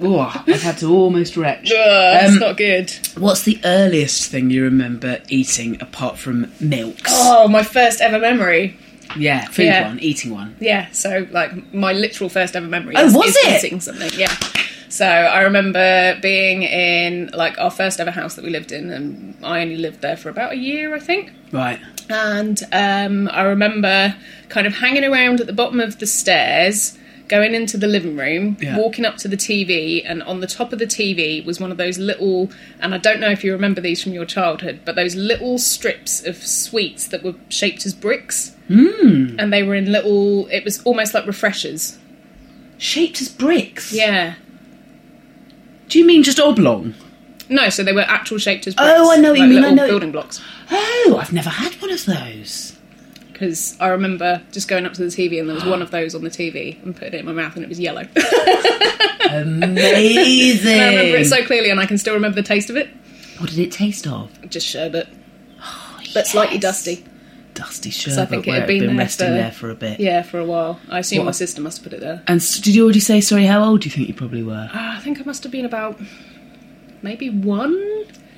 Speaker 1: oh, I've had to almost retch.
Speaker 2: Ugh, it's
Speaker 1: Um,
Speaker 2: not good.
Speaker 1: What's the earliest thing you remember eating apart from milks?
Speaker 2: Oh, my first ever memory.
Speaker 1: Yeah, food
Speaker 2: Yeah.
Speaker 1: one, eating one.
Speaker 2: Yeah, so like my literal first ever memory.
Speaker 1: Oh,
Speaker 2: is,
Speaker 1: was
Speaker 2: is
Speaker 1: it?
Speaker 2: eating something? Yeah. So I remember being in like our first ever house that we lived in, and I only lived there for about a year, I think.
Speaker 1: Right.
Speaker 2: And um, I remember kind of hanging around at the bottom of the stairs, going into the living room,
Speaker 1: Yeah.
Speaker 2: walking up to the TV, and on the top of the TV was one of those little, and I don't know if you remember these from your childhood, but those little strips of sweets that were shaped as bricks.
Speaker 1: Mmm.
Speaker 2: And they were in little, it was almost like refreshers.
Speaker 1: Shaped as bricks.
Speaker 2: Yeah.
Speaker 1: Do you mean just oblong?
Speaker 2: No, so they were actual shaped as bricks.
Speaker 1: Oh, I know what
Speaker 2: like
Speaker 1: you mean, I
Speaker 2: little
Speaker 1: know-
Speaker 2: building blocks.
Speaker 1: Oh, I've never had one of those.
Speaker 2: Because I remember just going up to the TV and there was one of those on the TV and putting it in my mouth and it was yellow.
Speaker 1: Amazing.
Speaker 2: And I remember it so clearly, and I can still remember the taste of it.
Speaker 1: what did it taste of?
Speaker 2: Just sherbet,
Speaker 1: Oh,
Speaker 2: but slightly dusty.
Speaker 1: Dusty sherbet.
Speaker 2: Because I think it
Speaker 1: where
Speaker 2: had been,
Speaker 1: been
Speaker 2: there,
Speaker 1: resting
Speaker 2: for,
Speaker 1: there for a bit.
Speaker 2: Yeah, for a while. I assume
Speaker 1: What
Speaker 2: my
Speaker 1: a-
Speaker 2: sister must have put it there.
Speaker 1: And s did you already say sorry? How old do you think you probably were?
Speaker 2: Ah, I think I must have been about maybe one.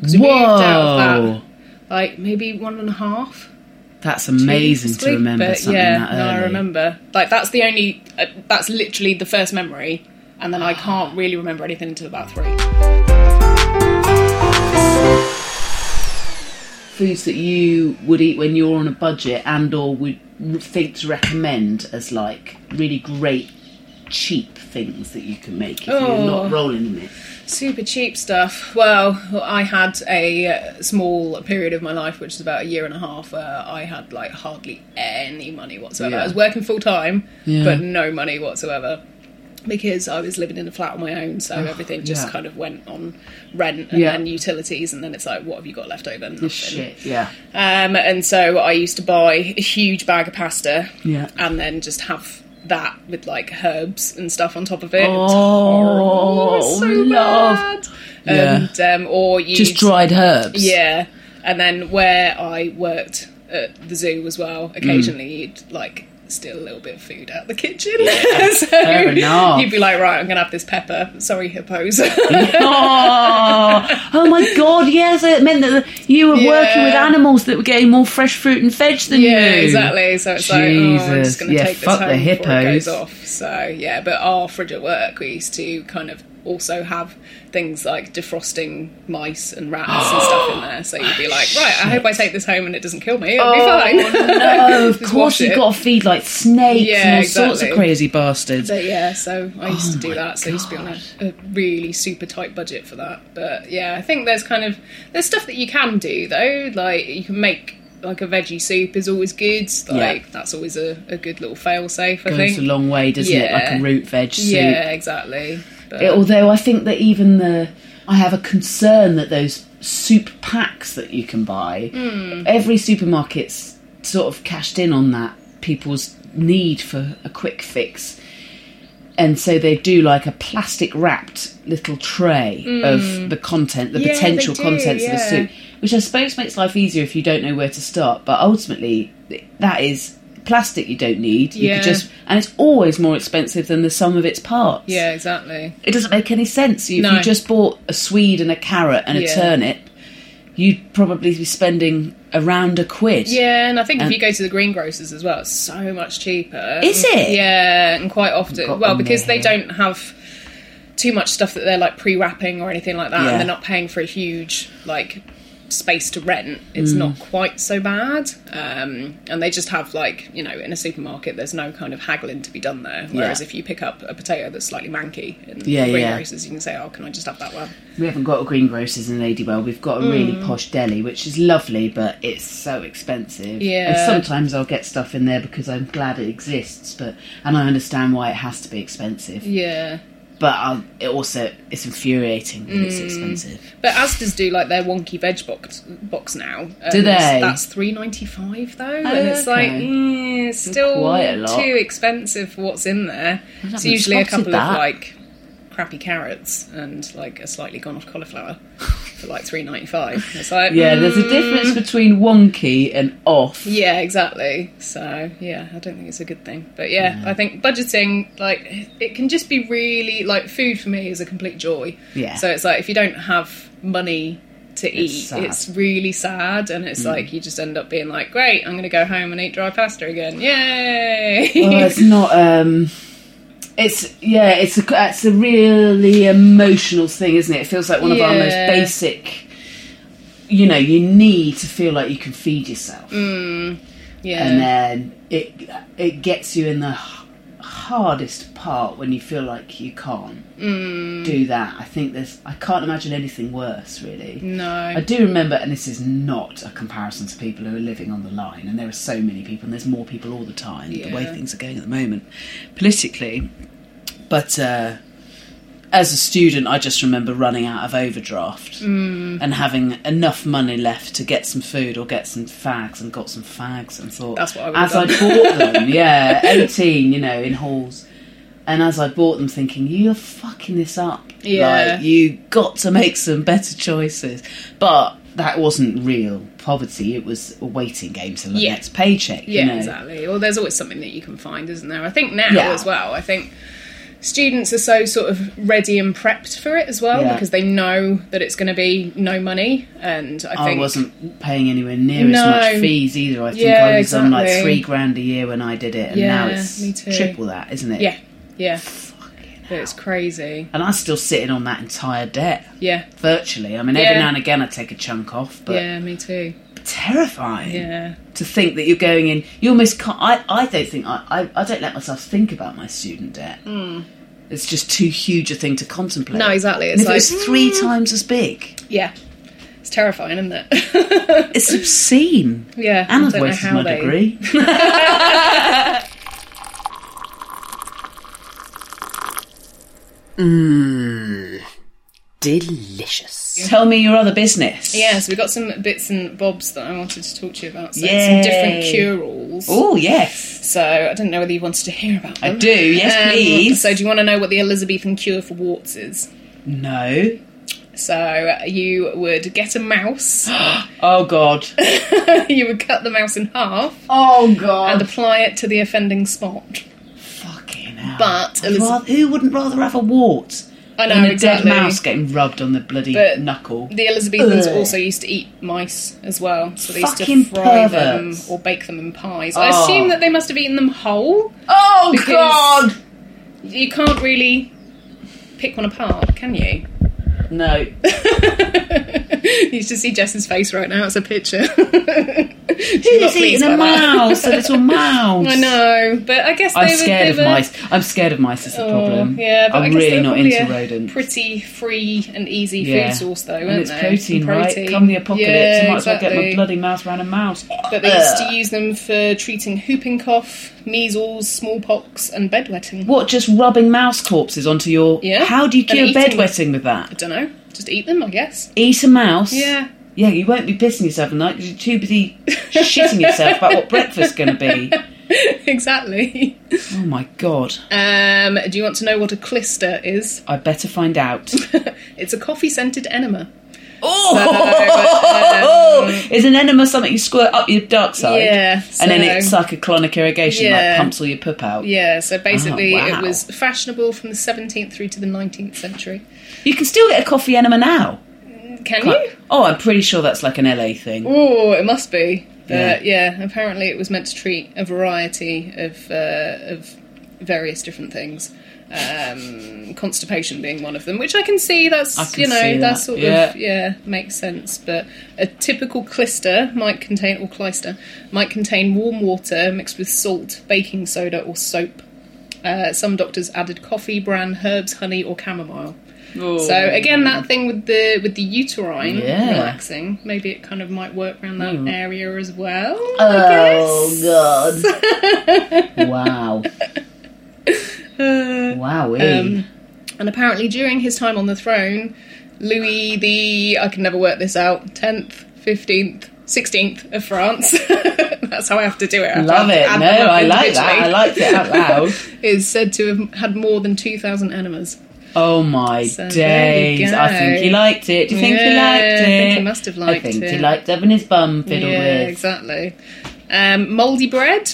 Speaker 2: 'Cause we moved out of that, like maybe one and a half.
Speaker 1: That's amazing
Speaker 2: This
Speaker 1: to
Speaker 2: week,
Speaker 1: remember
Speaker 2: but
Speaker 1: something
Speaker 2: yeah,
Speaker 1: that
Speaker 2: no, I
Speaker 1: early.
Speaker 2: remember. Like that's the only. Uh, that's literally the first memory, and then I can't really remember anything until about three.
Speaker 1: Foods that you would eat when you're on a budget and or would think to recommend as like really great cheap things that you can make if you're
Speaker 2: Oh.
Speaker 1: not rolling in it.
Speaker 2: Super cheap stuff. Well, I had a uh, small period of my life, which is about a year and a half, where I had like hardly any money whatsoever.
Speaker 1: Yeah.
Speaker 2: I was working full time,
Speaker 1: Yeah.
Speaker 2: but no money whatsoever because I was living in a flat on my own. So
Speaker 1: Oh,
Speaker 2: everything just
Speaker 1: yeah.
Speaker 2: kind of went on rent and
Speaker 1: Yeah.
Speaker 2: then utilities, and then it's like, what have you got left over? Nothing.
Speaker 1: Shit, yeah.
Speaker 2: Um, and so I used to buy a huge bag of pasta,
Speaker 1: Yeah.
Speaker 2: and then just have that with like herbs and stuff on top of it. It was
Speaker 1: Oh,
Speaker 2: horrible. It was so
Speaker 1: love.
Speaker 2: bad.
Speaker 1: Yeah.
Speaker 2: And um, or you
Speaker 1: Just dried herbs.
Speaker 2: Yeah, and then where I worked at the zoo as well,
Speaker 1: Mm.
Speaker 2: occasionally you'd like steal a little bit of food out the kitchen. so
Speaker 1: Fair enough.
Speaker 2: you'd be like, right, I'm gonna have this pepper. Sorry, hippos.
Speaker 1: oh, oh my god, yes, it meant that you were working with
Speaker 2: Yeah.
Speaker 1: animals that were getting more fresh fruit and veg than you.
Speaker 2: Yeah, exactly. So it's like, oh, I'm just
Speaker 1: Jesus.
Speaker 2: going to
Speaker 1: yeah,
Speaker 2: take this
Speaker 1: fuck
Speaker 2: home
Speaker 1: the
Speaker 2: before it
Speaker 1: hippos.
Speaker 2: goes off. So yeah, but our fridge at work, we used to kind of also have things like defrosting mice and rats and stuff in there. So you'd be like, right, I hope I take this home and it doesn't kill me. It'll be fine.
Speaker 1: Oh, no, of
Speaker 2: Just
Speaker 1: course
Speaker 2: wash
Speaker 1: you've
Speaker 2: it.
Speaker 1: got to feed like snakes
Speaker 2: Yeah,
Speaker 1: and all sorts of
Speaker 2: exactly.
Speaker 1: crazy bastards.
Speaker 2: But yeah, so I used to
Speaker 1: Oh
Speaker 2: do
Speaker 1: my
Speaker 2: that. So I used to be on a, a really super tight budget for that. But yeah, I think there's kind of there's stuff that you can do though. Like you can make like a veggie soup is always good. Like that's always a, a good little fail safe. I
Speaker 1: Goes
Speaker 2: think
Speaker 1: a long way, doesn't it? Like
Speaker 2: Yeah.
Speaker 1: a root veg soup.
Speaker 2: Yeah, exactly. But
Speaker 1: It- Eh, although I think that even the I have a concern that those soup packs that you can buy,
Speaker 2: Hmm.
Speaker 1: every supermarket's sort of cashed in on that people's need for a quick fix. And so they do like a plastic wrapped little tray of the content, the
Speaker 2: Hmm. Yeah, they
Speaker 1: potential
Speaker 2: do,
Speaker 1: contents of the
Speaker 2: yeah.
Speaker 1: soup, which I suppose makes life easier if you don't know where to start. But ultimately, that is plastic you don't need. You
Speaker 2: Yeah.
Speaker 1: could just, and it's always more expensive than the sum of its parts
Speaker 2: yeah, exactly.
Speaker 1: it doesn't make any sense. If
Speaker 2: No.
Speaker 1: you just bought a swede and a carrot and a
Speaker 2: Yeah.
Speaker 1: turnip, you'd probably be spending around a quid.
Speaker 2: Yeah, and I think
Speaker 1: And-
Speaker 2: if you go to the greengrocers as well, it's so much cheaper.
Speaker 1: Is it?
Speaker 2: Yeah, and quite often,
Speaker 1: Got
Speaker 2: well,
Speaker 1: them
Speaker 2: because they
Speaker 1: there.
Speaker 2: don't have too much stuff that they're like pre-wrapping or anything like that,
Speaker 1: Yeah.
Speaker 2: and they're not paying for a huge like space to rent. It's
Speaker 1: Mm.
Speaker 2: not quite so bad, um, and they just have like you know in a supermarket, there's no kind of haggling to be done there. Whereas
Speaker 1: Yeah.
Speaker 2: if you pick up a potato that's slightly manky in
Speaker 1: Yeah, yeah.
Speaker 2: the greengrocers, you can say, "Oh, can I just have that one?"
Speaker 1: We haven't got a greengrocers in Ladywell. We've got a really
Speaker 2: Mm.
Speaker 1: posh deli, which is lovely, but it's so expensive.
Speaker 2: Yeah.
Speaker 1: And sometimes I'll get stuff in there because I'm glad it exists, but and I understand why it has to be expensive.
Speaker 2: Yeah.
Speaker 1: But I'll, it also it's infuriating that
Speaker 2: Mm.
Speaker 1: it's expensive.
Speaker 2: But Asda's do like their wonky veg box box now. and
Speaker 1: Do they?
Speaker 2: That's three ninety five though,
Speaker 1: Oh,
Speaker 2: and it's like
Speaker 1: okay.
Speaker 2: mm, it's still
Speaker 1: Quite a lot.
Speaker 2: too expensive for what's in there. It's
Speaker 1: haven't
Speaker 2: usually a
Speaker 1: spotted
Speaker 2: couple
Speaker 1: that.
Speaker 2: of like crappy carrots and like a slightly gone off cauliflower for like three ninety five. It's like
Speaker 1: Yeah, there's a
Speaker 2: mm,
Speaker 1: difference between wonky and off.
Speaker 2: yeah, exactly. So yeah, I don't think it's a good thing. But yeah,
Speaker 1: Mm-hmm.
Speaker 2: I think budgeting like it can just be really like food for me is a complete joy.
Speaker 1: Yeah.
Speaker 2: So it's like if you don't have money to eat,
Speaker 1: sad. Mm-hmm.
Speaker 2: it's really sad, and it's like you just end up being like, great, I'm going to go home and eat dry pasta again. Yay!
Speaker 1: well, it's not. Um, it's yeah. It's a it's a really emotional thing, isn't it? It feels like one of our most
Speaker 2: Yeah.
Speaker 1: basic. You know, you need to feel like you can feed yourself,
Speaker 2: yeah.
Speaker 1: and then it it gets you in the h- hardest part when you feel like you can't
Speaker 2: Mm.
Speaker 1: do that. I think there's. I can't imagine anything worse, really. I
Speaker 2: no.
Speaker 1: do remember, and this is not a comparison to people who are living on the line, and there are so many people, and there's more people all the time, the way
Speaker 2: Yeah.
Speaker 1: things are going at the moment, politically. But uh, as a student, I just remember running out of overdraft
Speaker 2: Mm.
Speaker 1: and having enough money left to get some food or get some fags, and got some fags, and thought,
Speaker 2: That's what I would've
Speaker 1: as I bought them, yeah, 18, you know, in halls. And as I bought them, thinking, you're fucking this up.
Speaker 2: Yeah.
Speaker 1: Like, you got to make some better choices. But that wasn't real poverty. It was a waiting game till the
Speaker 2: Yeah.
Speaker 1: next paycheck.
Speaker 2: Yeah,
Speaker 1: you know?
Speaker 2: exactly. Well, there's always something that you can find, isn't there? I think now
Speaker 1: Yeah.
Speaker 2: as well. I think students are so sort of ready and prepped for it as well
Speaker 1: Yeah.
Speaker 2: because they know that it's going to be no money. And I
Speaker 1: I,
Speaker 2: think
Speaker 1: wasn't paying anywhere near
Speaker 2: No.
Speaker 1: as much fees either. I think
Speaker 2: Yeah,
Speaker 1: I was on like
Speaker 2: exactly.
Speaker 1: three grand a year when I did it, and now
Speaker 2: Yeah,
Speaker 1: it's
Speaker 2: me too.
Speaker 1: triple that, isn't it?
Speaker 2: Yeah, yeah. But it's crazy.
Speaker 1: And I'm still sitting on that entire debt
Speaker 2: Yeah,
Speaker 1: virtually. I mean, every
Speaker 2: Yeah.
Speaker 1: now and again I take a chunk off, but
Speaker 2: yeah, me too.
Speaker 1: terrifying.
Speaker 2: Yeah,
Speaker 1: to think that you're going in. You almost can't. I, I don't think I, I. I don't let myself think about my student debt. It's just too huge a thing to contemplate.
Speaker 2: No, exactly.
Speaker 1: And
Speaker 2: It's
Speaker 1: if it
Speaker 2: like-
Speaker 1: was three times as big,
Speaker 2: yeah. It's terrifying, isn't it?
Speaker 1: it's obscene.
Speaker 2: Yeah,
Speaker 1: and
Speaker 2: I
Speaker 1: I've
Speaker 2: don't know
Speaker 1: wasted
Speaker 2: how
Speaker 1: my
Speaker 2: they-
Speaker 1: degree.
Speaker 7: Mmm. Delicious.
Speaker 1: Tell me your other business.
Speaker 2: Yeah, so we got some bits and bobs that I wanted to talk to you about. So
Speaker 1: Yay.
Speaker 2: some different cure-alls.
Speaker 1: Oh, yes.
Speaker 2: So I didn't know whether you wanted to hear about
Speaker 1: I
Speaker 2: them. Um,
Speaker 1: do, yes, please.
Speaker 2: So do you want to know what the Elizabethan cure for warts is?
Speaker 1: No.
Speaker 2: So you would get a mouse.
Speaker 1: Oh God.
Speaker 2: you would cut the mouse in half.
Speaker 1: Oh God.
Speaker 2: And apply it to the offending spot.
Speaker 1: Fucking hell.
Speaker 2: But
Speaker 1: I'd rather- who wouldn't rather have a wart?
Speaker 2: I know,
Speaker 1: than a
Speaker 2: exactly.
Speaker 1: dead mouse getting rubbed on the bloody
Speaker 2: But
Speaker 1: knuckle.
Speaker 2: The Elizabethans
Speaker 1: Ugh.
Speaker 2: also used to eat mice as well, so they used
Speaker 1: Fucking
Speaker 2: to fry them
Speaker 1: perverts.
Speaker 2: or bake them in pies. I
Speaker 1: Oh.
Speaker 2: assume that they must have eaten them whole.
Speaker 1: Oh
Speaker 2: because
Speaker 1: God.
Speaker 2: You can't really pick one apart, can you?
Speaker 1: No.
Speaker 2: You should see Jess's face right now. It's a picture.
Speaker 1: Who's eating a mouse? A little mouse.
Speaker 2: I know, but I guess
Speaker 1: I'm
Speaker 2: they were-
Speaker 1: scared
Speaker 2: they
Speaker 1: of
Speaker 2: were-
Speaker 1: mice. I'm scared of mice. Is the
Speaker 2: Oh,
Speaker 1: problem.
Speaker 2: Yeah, but
Speaker 1: I'm
Speaker 2: I guess
Speaker 1: really
Speaker 2: they're
Speaker 1: not
Speaker 2: probably
Speaker 1: into
Speaker 2: a
Speaker 1: rodents.
Speaker 2: Pretty free and easy
Speaker 1: Yeah.
Speaker 2: food source, though,
Speaker 1: and
Speaker 2: aren't
Speaker 1: it's
Speaker 2: they?
Speaker 1: protein,
Speaker 2: And
Speaker 1: right?
Speaker 2: protein.
Speaker 1: Come the apocalypse,
Speaker 2: Yeah,
Speaker 1: I might as well get my
Speaker 2: exactly.
Speaker 1: bloody mouth around a mouse.
Speaker 2: But they used to use them for treating whooping cough, measles, smallpox, and bedwetting.
Speaker 1: What? Just rubbing mouse corpses onto your?
Speaker 2: Yeah.
Speaker 1: How do you
Speaker 2: And
Speaker 1: cure
Speaker 2: eating.
Speaker 1: bedwetting with
Speaker 2: I
Speaker 1: that?
Speaker 2: don't know. Just eat them, I guess.
Speaker 1: Eat a mouse.
Speaker 2: Yeah.
Speaker 1: Yeah, you won't be pissing yourself at night 'cause you're too busy shitting yourself about what breakfast's going to be.
Speaker 2: exactly.
Speaker 1: Oh my god!
Speaker 2: Um, do you want to know what a clister is?
Speaker 1: I better find out.
Speaker 2: It's a coffee scented enema. um,
Speaker 1: Oh, is an enema something you squirt up your dark side?
Speaker 2: Yeah,
Speaker 1: and then
Speaker 2: so-
Speaker 1: it's like a chronic irrigation, like
Speaker 2: Yeah.
Speaker 1: pumps all your poop out.
Speaker 2: Yeah, so basically
Speaker 1: Oh, wow.
Speaker 2: it was fashionable from the 17th through to the 19th century.
Speaker 1: You can still get a coffee enema now.
Speaker 2: Can
Speaker 1: Can't-
Speaker 2: you?
Speaker 1: Oh, I'm pretty sure that's like an LA thing.
Speaker 2: Oh, it must be.
Speaker 1: Yeah.
Speaker 2: But yeah, apparently it was meant to treat a variety of uh, of various different things. Um, constipation being one of them, which I can see. That's
Speaker 1: I can
Speaker 2: you know
Speaker 1: see
Speaker 2: that.
Speaker 1: that,
Speaker 2: sort
Speaker 1: yeah.
Speaker 2: of yeah makes sense. But a typical clister might contain or clyster might contain warm water mixed with salt, baking soda, or soap. Uh, some doctors added coffee, bran, herbs, honey, or chamomile. So again, that thing with the with the uterine
Speaker 1: Oh. Yeah.
Speaker 2: relaxing, maybe it kind of might work around that area as well.
Speaker 1: Hmm. Oh god! wow. Wow.
Speaker 2: Uh, Um, and apparently, during his time on the throne, Louis the I can never work this out tenth, fifteenth, sixteenth of France. That's how I have to do it. I have to
Speaker 1: Love it.
Speaker 2: add
Speaker 1: No,
Speaker 2: them up
Speaker 1: I like that. I
Speaker 2: individually.
Speaker 1: liked it out loud.
Speaker 2: Is said to have had more than two thousand enemas.
Speaker 1: Oh my
Speaker 2: So there you
Speaker 1: days! I think he
Speaker 2: go.
Speaker 1: liked it. Do you think he
Speaker 2: Yeah,
Speaker 1: liked it?
Speaker 2: I think he must have liked
Speaker 1: I think he
Speaker 2: it.
Speaker 1: liked having his bum fiddled
Speaker 2: yeah,
Speaker 1: with.
Speaker 2: exactly. Um, moldy bread.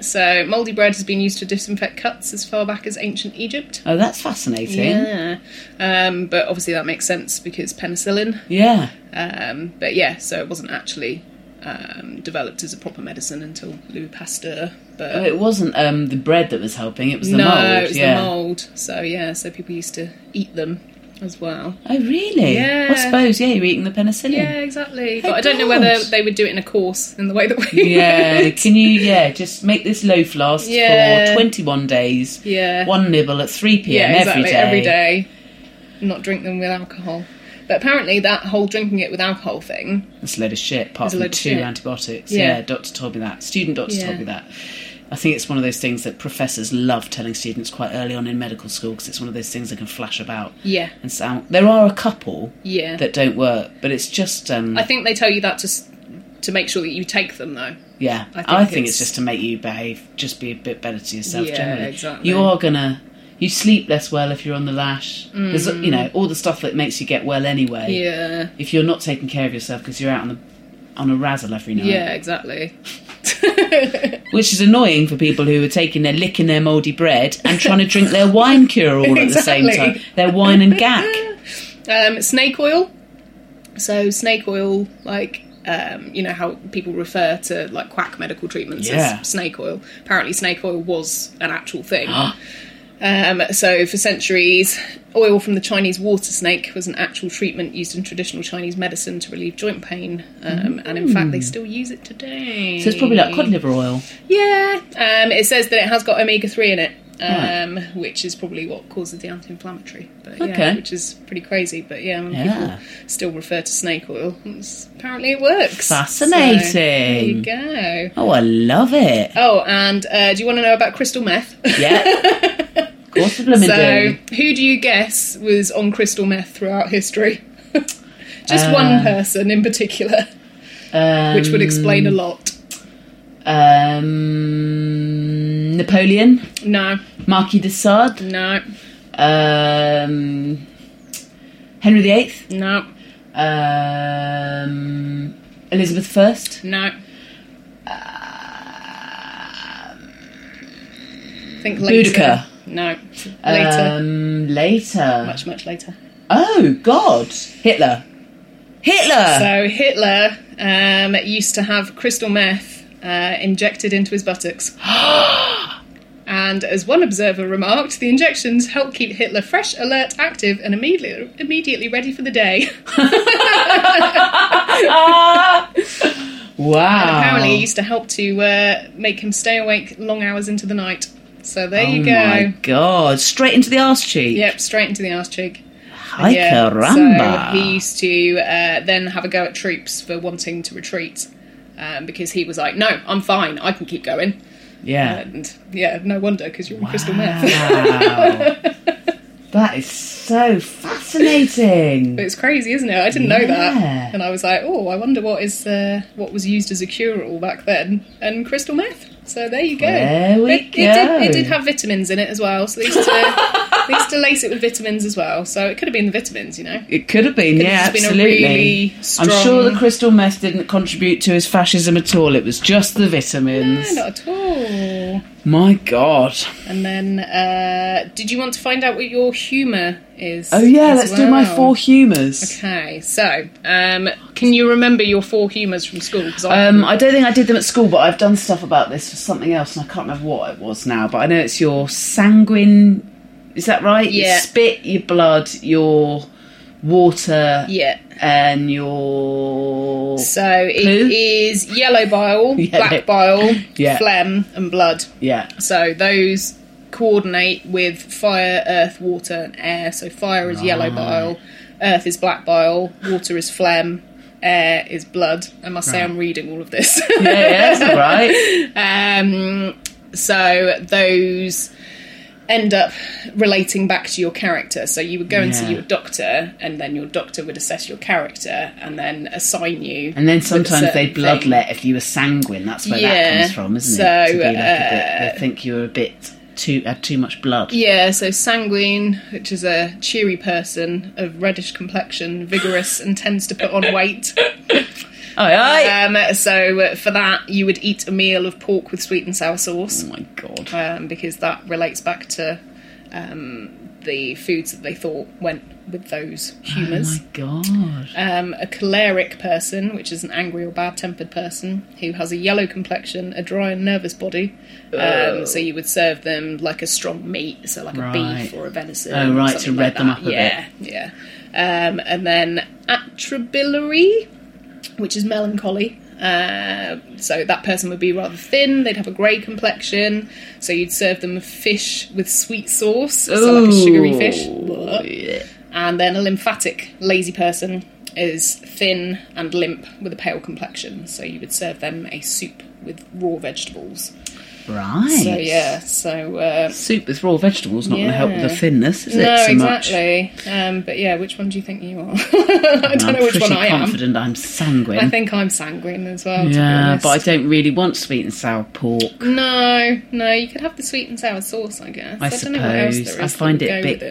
Speaker 2: So, moldy bread has been used to disinfect cuts as far back as ancient Egypt.
Speaker 1: Oh, that's fascinating.
Speaker 2: Yeah. Um, but obviously, that makes sense because penicillin.
Speaker 1: Yeah.
Speaker 2: Um, but yeah, so it wasn't actually um, developed as a proper medicine until Louis Pasteur. But
Speaker 1: Oh, it wasn't um, the bread that was helping; it was the
Speaker 2: no,
Speaker 1: mold.
Speaker 2: it was
Speaker 1: Oh, yeah.
Speaker 2: the mold. So yeah, so people used to eat them as well.
Speaker 1: Oh, really?
Speaker 2: Yeah.
Speaker 1: I suppose. Yeah, you're eating the penicillin.
Speaker 2: Yeah, exactly.
Speaker 1: Oh,
Speaker 2: but I don't know
Speaker 1: God.
Speaker 2: whether they would do it in a course in the way that we
Speaker 1: Yeah,
Speaker 2: would.
Speaker 1: Can you? Yeah. Just make this loaf last
Speaker 2: Yeah.
Speaker 1: for 21 days.
Speaker 2: Yeah.
Speaker 1: One nibble at 3 p.m.
Speaker 2: yeah,
Speaker 1: every
Speaker 2: exactly.
Speaker 1: day.
Speaker 2: Every day. Not drink them with alcohol. But apparently, that whole drinking it with alcohol thing.
Speaker 1: It's a load of shit. Apart
Speaker 2: It's a
Speaker 1: from
Speaker 2: load of
Speaker 1: two
Speaker 2: shit.
Speaker 1: antibiotics. Yeah.
Speaker 2: Yeah.
Speaker 1: Doctor told me that. Student doctor told
Speaker 2: Yeah.
Speaker 1: me that. I think it's one of those things that professors love telling students quite early on in medical school because it's one of those things that can flash about.
Speaker 2: Yeah.
Speaker 1: And sound. There are a couple
Speaker 2: Yeah.
Speaker 1: that don't work, but it's just. Um,
Speaker 2: I think they tell you that to s- to make sure that you take them, though.
Speaker 1: Yeah, I
Speaker 2: I
Speaker 1: think,
Speaker 2: think
Speaker 1: it's,
Speaker 2: it's-
Speaker 1: just to make you behave, just be a bit better to yourself.
Speaker 2: Yeah,
Speaker 1: generally,
Speaker 2: exactly.
Speaker 1: You are gonna, you sleep less well if you're on the lash. There's, you know, all the stuff that makes you get well anyway.
Speaker 2: Mm. Yeah.
Speaker 1: If you're not taking care of yourself because you're out on the, on a razzle every night.
Speaker 2: Yeah, exactly.
Speaker 1: Which is annoying for people who are taking their lick in their mouldy bread and trying to drink their wine cure all at the same
Speaker 2: Exactly.
Speaker 1: time. Their wine and gack.
Speaker 2: Um, snake oil. So snake oil, like um, you know how people refer to like quack medical treatments
Speaker 1: Yeah.
Speaker 2: as snake oil. Apparently, snake oil was an actual thing. Um, so for centuries, oil from the Chinese water snake was an actual treatment used in traditional Chinese medicine to relieve joint pain, um, and in fact, they
Speaker 1: Mm.
Speaker 2: still use it today.
Speaker 1: So it's probably like cod liver oil.
Speaker 2: Yeah, um, it says that it has got omega three in it,
Speaker 1: Right.
Speaker 2: um, which is probably what causes the anti-inflammatory. But yeah,
Speaker 1: Okay.
Speaker 2: which is pretty crazy. But yeah, when
Speaker 1: Yeah.
Speaker 2: people still refer to snake oil, it's, apparently it works.
Speaker 1: Fascinating.
Speaker 2: So, there you go.
Speaker 1: Oh, I love it.
Speaker 2: Oh, and uh, do you want to know about crystal meth?
Speaker 1: Yeah. of course, the blooming
Speaker 2: so,
Speaker 1: do.
Speaker 2: who do you guess was on crystal meth throughout history? Just
Speaker 1: Um,
Speaker 2: one person in particular, which would explain a
Speaker 1: Um,
Speaker 2: lot.
Speaker 1: Um, Napoleon.
Speaker 2: No.
Speaker 1: Marquis de Sade.
Speaker 2: No.
Speaker 1: Um, Henry VIII.
Speaker 2: No.
Speaker 1: Um, Elizabeth Um, I.
Speaker 2: No. Think later.
Speaker 1: Boudicca.
Speaker 2: No. Later.
Speaker 1: Um, later.
Speaker 2: much, much later.
Speaker 1: Oh God, Hitler. Hitler.
Speaker 2: So Hitler um, used to have crystal meth uh, injected into his buttocks. And as one observer remarked, the injections help keep Hitler fresh, alert, active, and immediately immediately ready for the day.
Speaker 1: wow.
Speaker 2: And apparently, it used to help to uh, make him stay awake long hours into the night. So there you
Speaker 1: oh
Speaker 2: go.
Speaker 1: my God! Straight into the arse cheek.
Speaker 2: Yep, straight into the arse cheek.
Speaker 1: Hi, caramba.
Speaker 2: So he used to uh, then have a go at troops for wanting to retreat um, because he was like, no, I'm fine, I can keep going.
Speaker 1: Yeah.
Speaker 2: And yeah, no wonder because you're on crystal meth.
Speaker 1: That is so fascinating.
Speaker 2: But it's crazy, isn't it? I didn't know
Speaker 1: Yeah.
Speaker 2: that, and I was like, "Oh, I wonder what is uh, what was used as a cure-all back then." And crystal meth. So there you go.
Speaker 1: There we
Speaker 2: But it, did,
Speaker 1: go.
Speaker 2: it did have vitamins in it as well. So they used to they used to lace it with vitamins as well. So it could have been the vitamins, you know.
Speaker 1: It could have been,
Speaker 2: Could
Speaker 1: yeah,
Speaker 2: have just been a
Speaker 1: absolutely.
Speaker 2: really
Speaker 1: I'm
Speaker 2: strong-
Speaker 1: sure the crystal meth didn't contribute to his fascism at all. It was just the
Speaker 2: No,
Speaker 1: vitamins.
Speaker 2: not at all.
Speaker 1: My God.
Speaker 2: And then, uh, did you want to find out what your humour is?
Speaker 1: Oh yeah,
Speaker 2: as
Speaker 1: let's do my
Speaker 2: well?
Speaker 1: four humours.
Speaker 2: Okay, so um, can you remember your four humours from school? 'Cause I
Speaker 1: Um, I don't think I did them at school, but I've done stuff about this for something else, and I can't remember what it was now. But I know it's your sanguine. Is that right?
Speaker 2: Yeah.
Speaker 1: Your spit, your blood, your water,
Speaker 2: Yeah.
Speaker 1: and your.
Speaker 2: So it
Speaker 1: Clue?
Speaker 2: is yellow bile, black bile,
Speaker 1: Yeah.
Speaker 2: phlegm, and blood.
Speaker 1: Yeah.
Speaker 2: So those coordinate with fire, earth, water, and air. So fire is yellow
Speaker 1: Right.
Speaker 2: bile, earth is black bile, water is phlegm, air is blood. I must say, I'm reading all of this.
Speaker 1: Yeah, yeah, that's all right.
Speaker 2: Um, so those end up relating back to your character. So you would go and see
Speaker 1: Yeah.
Speaker 2: your doctor, and then your doctor would assess your character and then assign you.
Speaker 1: And then
Speaker 2: with a
Speaker 1: sometimes they
Speaker 2: certain
Speaker 1: bloodlet if you were sanguine. That's where that
Speaker 2: Yeah.
Speaker 1: comes from, isn't
Speaker 2: So,
Speaker 1: it? To be like a bit,
Speaker 2: uh,
Speaker 1: they think you're a bit too had too much blood.
Speaker 2: thing. Yeah, so sanguine, which is a cheery person of reddish complexion, vigorous, and tends to put on weight.
Speaker 1: Aye,
Speaker 2: Um, so uh, for that, you would eat a meal of pork with sweet and sour sauce. Oh
Speaker 1: my god!
Speaker 2: Um, because that relates back to um, the foods that they thought went with those humours.
Speaker 1: Oh my god!
Speaker 2: Um, a choleric person, which is an angry or bad-tempered person who has a yellow complexion, a dry and nervous body.
Speaker 1: Oh.
Speaker 2: Um, so you would serve them like a strong meat, so like a
Speaker 1: Right.
Speaker 2: beef or a venison.
Speaker 1: Oh,
Speaker 2: or
Speaker 1: right,
Speaker 2: something
Speaker 1: to rev
Speaker 2: like
Speaker 1: them
Speaker 2: that.
Speaker 1: up a
Speaker 2: yeah, bit. Yeah, Um, and then atrabiliary, which is melancholy. Uh, so that person would be rather thin. They'd have a grey complexion. So you'd serve them fish with sweet sauce, so like a sugary fish. Blah. And then a lymphatic, lazy person is thin and limp with a pale complexion. So you would serve them a soup with raw vegetables.
Speaker 1: Right.
Speaker 2: So yeah. So uh,
Speaker 1: Soup with raw vegetables not going to help with the
Speaker 2: Yeah.
Speaker 1: thinness, is
Speaker 2: no,
Speaker 1: it? So much.
Speaker 2: exactly. Um, but yeah, which one do you think you are? I don't
Speaker 1: I'm
Speaker 2: know which one
Speaker 1: pretty
Speaker 2: I am.
Speaker 1: confident I'm sanguine.
Speaker 2: I think I'm sanguine as well. to be
Speaker 1: yeah,
Speaker 2: honest.
Speaker 1: but I don't really want sweet and sour pork.
Speaker 2: No, no, you could have the sweet and sour sauce, I guess.
Speaker 1: I,
Speaker 2: don't know what else
Speaker 1: suppose.
Speaker 2: there is
Speaker 1: I
Speaker 2: that
Speaker 1: find
Speaker 2: would
Speaker 1: it a
Speaker 2: go
Speaker 1: bit
Speaker 2: with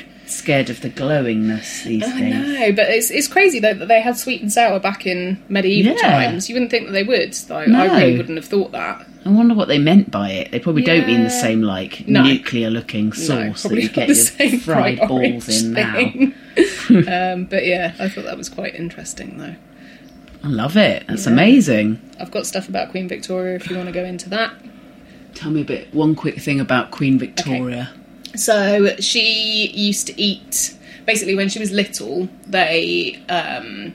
Speaker 2: it.
Speaker 1: scared of the glowingness these
Speaker 2: I
Speaker 1: days.
Speaker 2: know, but it's it's crazy though that they had sweet and sour back in medieval
Speaker 1: Yeah.
Speaker 2: times. You wouldn't think that they would. Though I
Speaker 1: No.
Speaker 2: really wouldn't have thought that.
Speaker 1: I wonder what they meant by it. They probably don't mean the
Speaker 2: Yeah.
Speaker 1: same like
Speaker 2: No.
Speaker 1: nuclear-looking sauce that
Speaker 2: probably
Speaker 1: you
Speaker 2: not
Speaker 1: get
Speaker 2: the
Speaker 1: your
Speaker 2: same
Speaker 1: fried
Speaker 2: bright
Speaker 1: balls in now.
Speaker 2: orange thing. um, but yeah, I thought that was quite interesting though.
Speaker 1: I love it. That's
Speaker 2: Yeah.
Speaker 1: amazing.
Speaker 2: I've got stuff about Queen Victoria if you want to go into that.
Speaker 1: Tell me a bit. One quick thing about Queen Victoria.
Speaker 2: So she used to eat. Basically, when she was little, they um,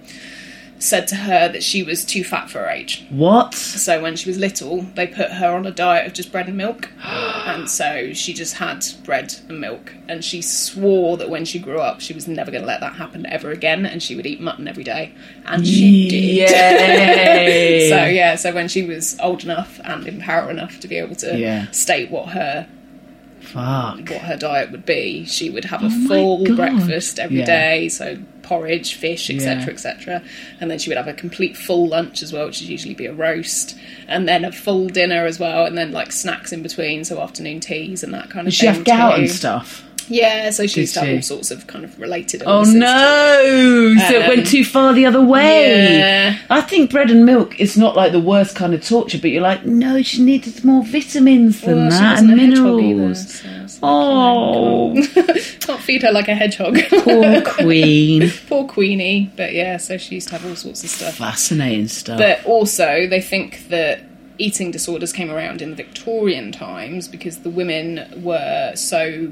Speaker 2: said to her that she was too fat for her age.
Speaker 1: What?
Speaker 2: So when she was little, they put her on a diet of just bread and milk, and so she just had bread and milk. And she swore that when she grew up, she was never going to let that happen ever again, and she would eat mutton every day. And she did.
Speaker 1: Yay.
Speaker 2: so yeah, so when she was old enough and in power enough to be able to
Speaker 1: Yeah.
Speaker 2: state what her
Speaker 1: Fuck.
Speaker 2: what her diet would be. She would have a
Speaker 1: Oh my
Speaker 2: full
Speaker 1: God.
Speaker 2: breakfast every
Speaker 1: Yeah.
Speaker 2: day, so porridge, fish, etc.,
Speaker 1: Yeah.
Speaker 2: etc. And then she would have a complete full lunch as well, which would usually be a roast, and then a full dinner as well, and then like snacks in between, so afternoon teas and that kind
Speaker 1: Did
Speaker 2: of
Speaker 1: she
Speaker 2: thing.
Speaker 1: have gout
Speaker 2: too.
Speaker 1: and stuff?
Speaker 2: Yeah, so she
Speaker 1: Did
Speaker 2: used to have
Speaker 1: she?
Speaker 2: all sorts of kind of related.
Speaker 1: Oh
Speaker 2: illnesses to
Speaker 1: no! So it
Speaker 2: Uh, Um,
Speaker 1: went too far the other way.
Speaker 2: yeah.
Speaker 1: I think bread and milk is not like the worst kind of torture, but you're like, no, she needed more vitamins than
Speaker 2: Well, she
Speaker 1: that
Speaker 2: wasn't
Speaker 1: and
Speaker 2: a hedgehog either,
Speaker 1: minerals.
Speaker 2: so it's like,
Speaker 1: Oh,
Speaker 2: Can't feed her like a hedgehog.
Speaker 1: poor queen.
Speaker 2: Poor Queenie, but yeah, so she used to have all sorts of stuff.
Speaker 1: Fascinating stuff.
Speaker 2: But also, they think that eating disorders came around in the Victorian times because the women were so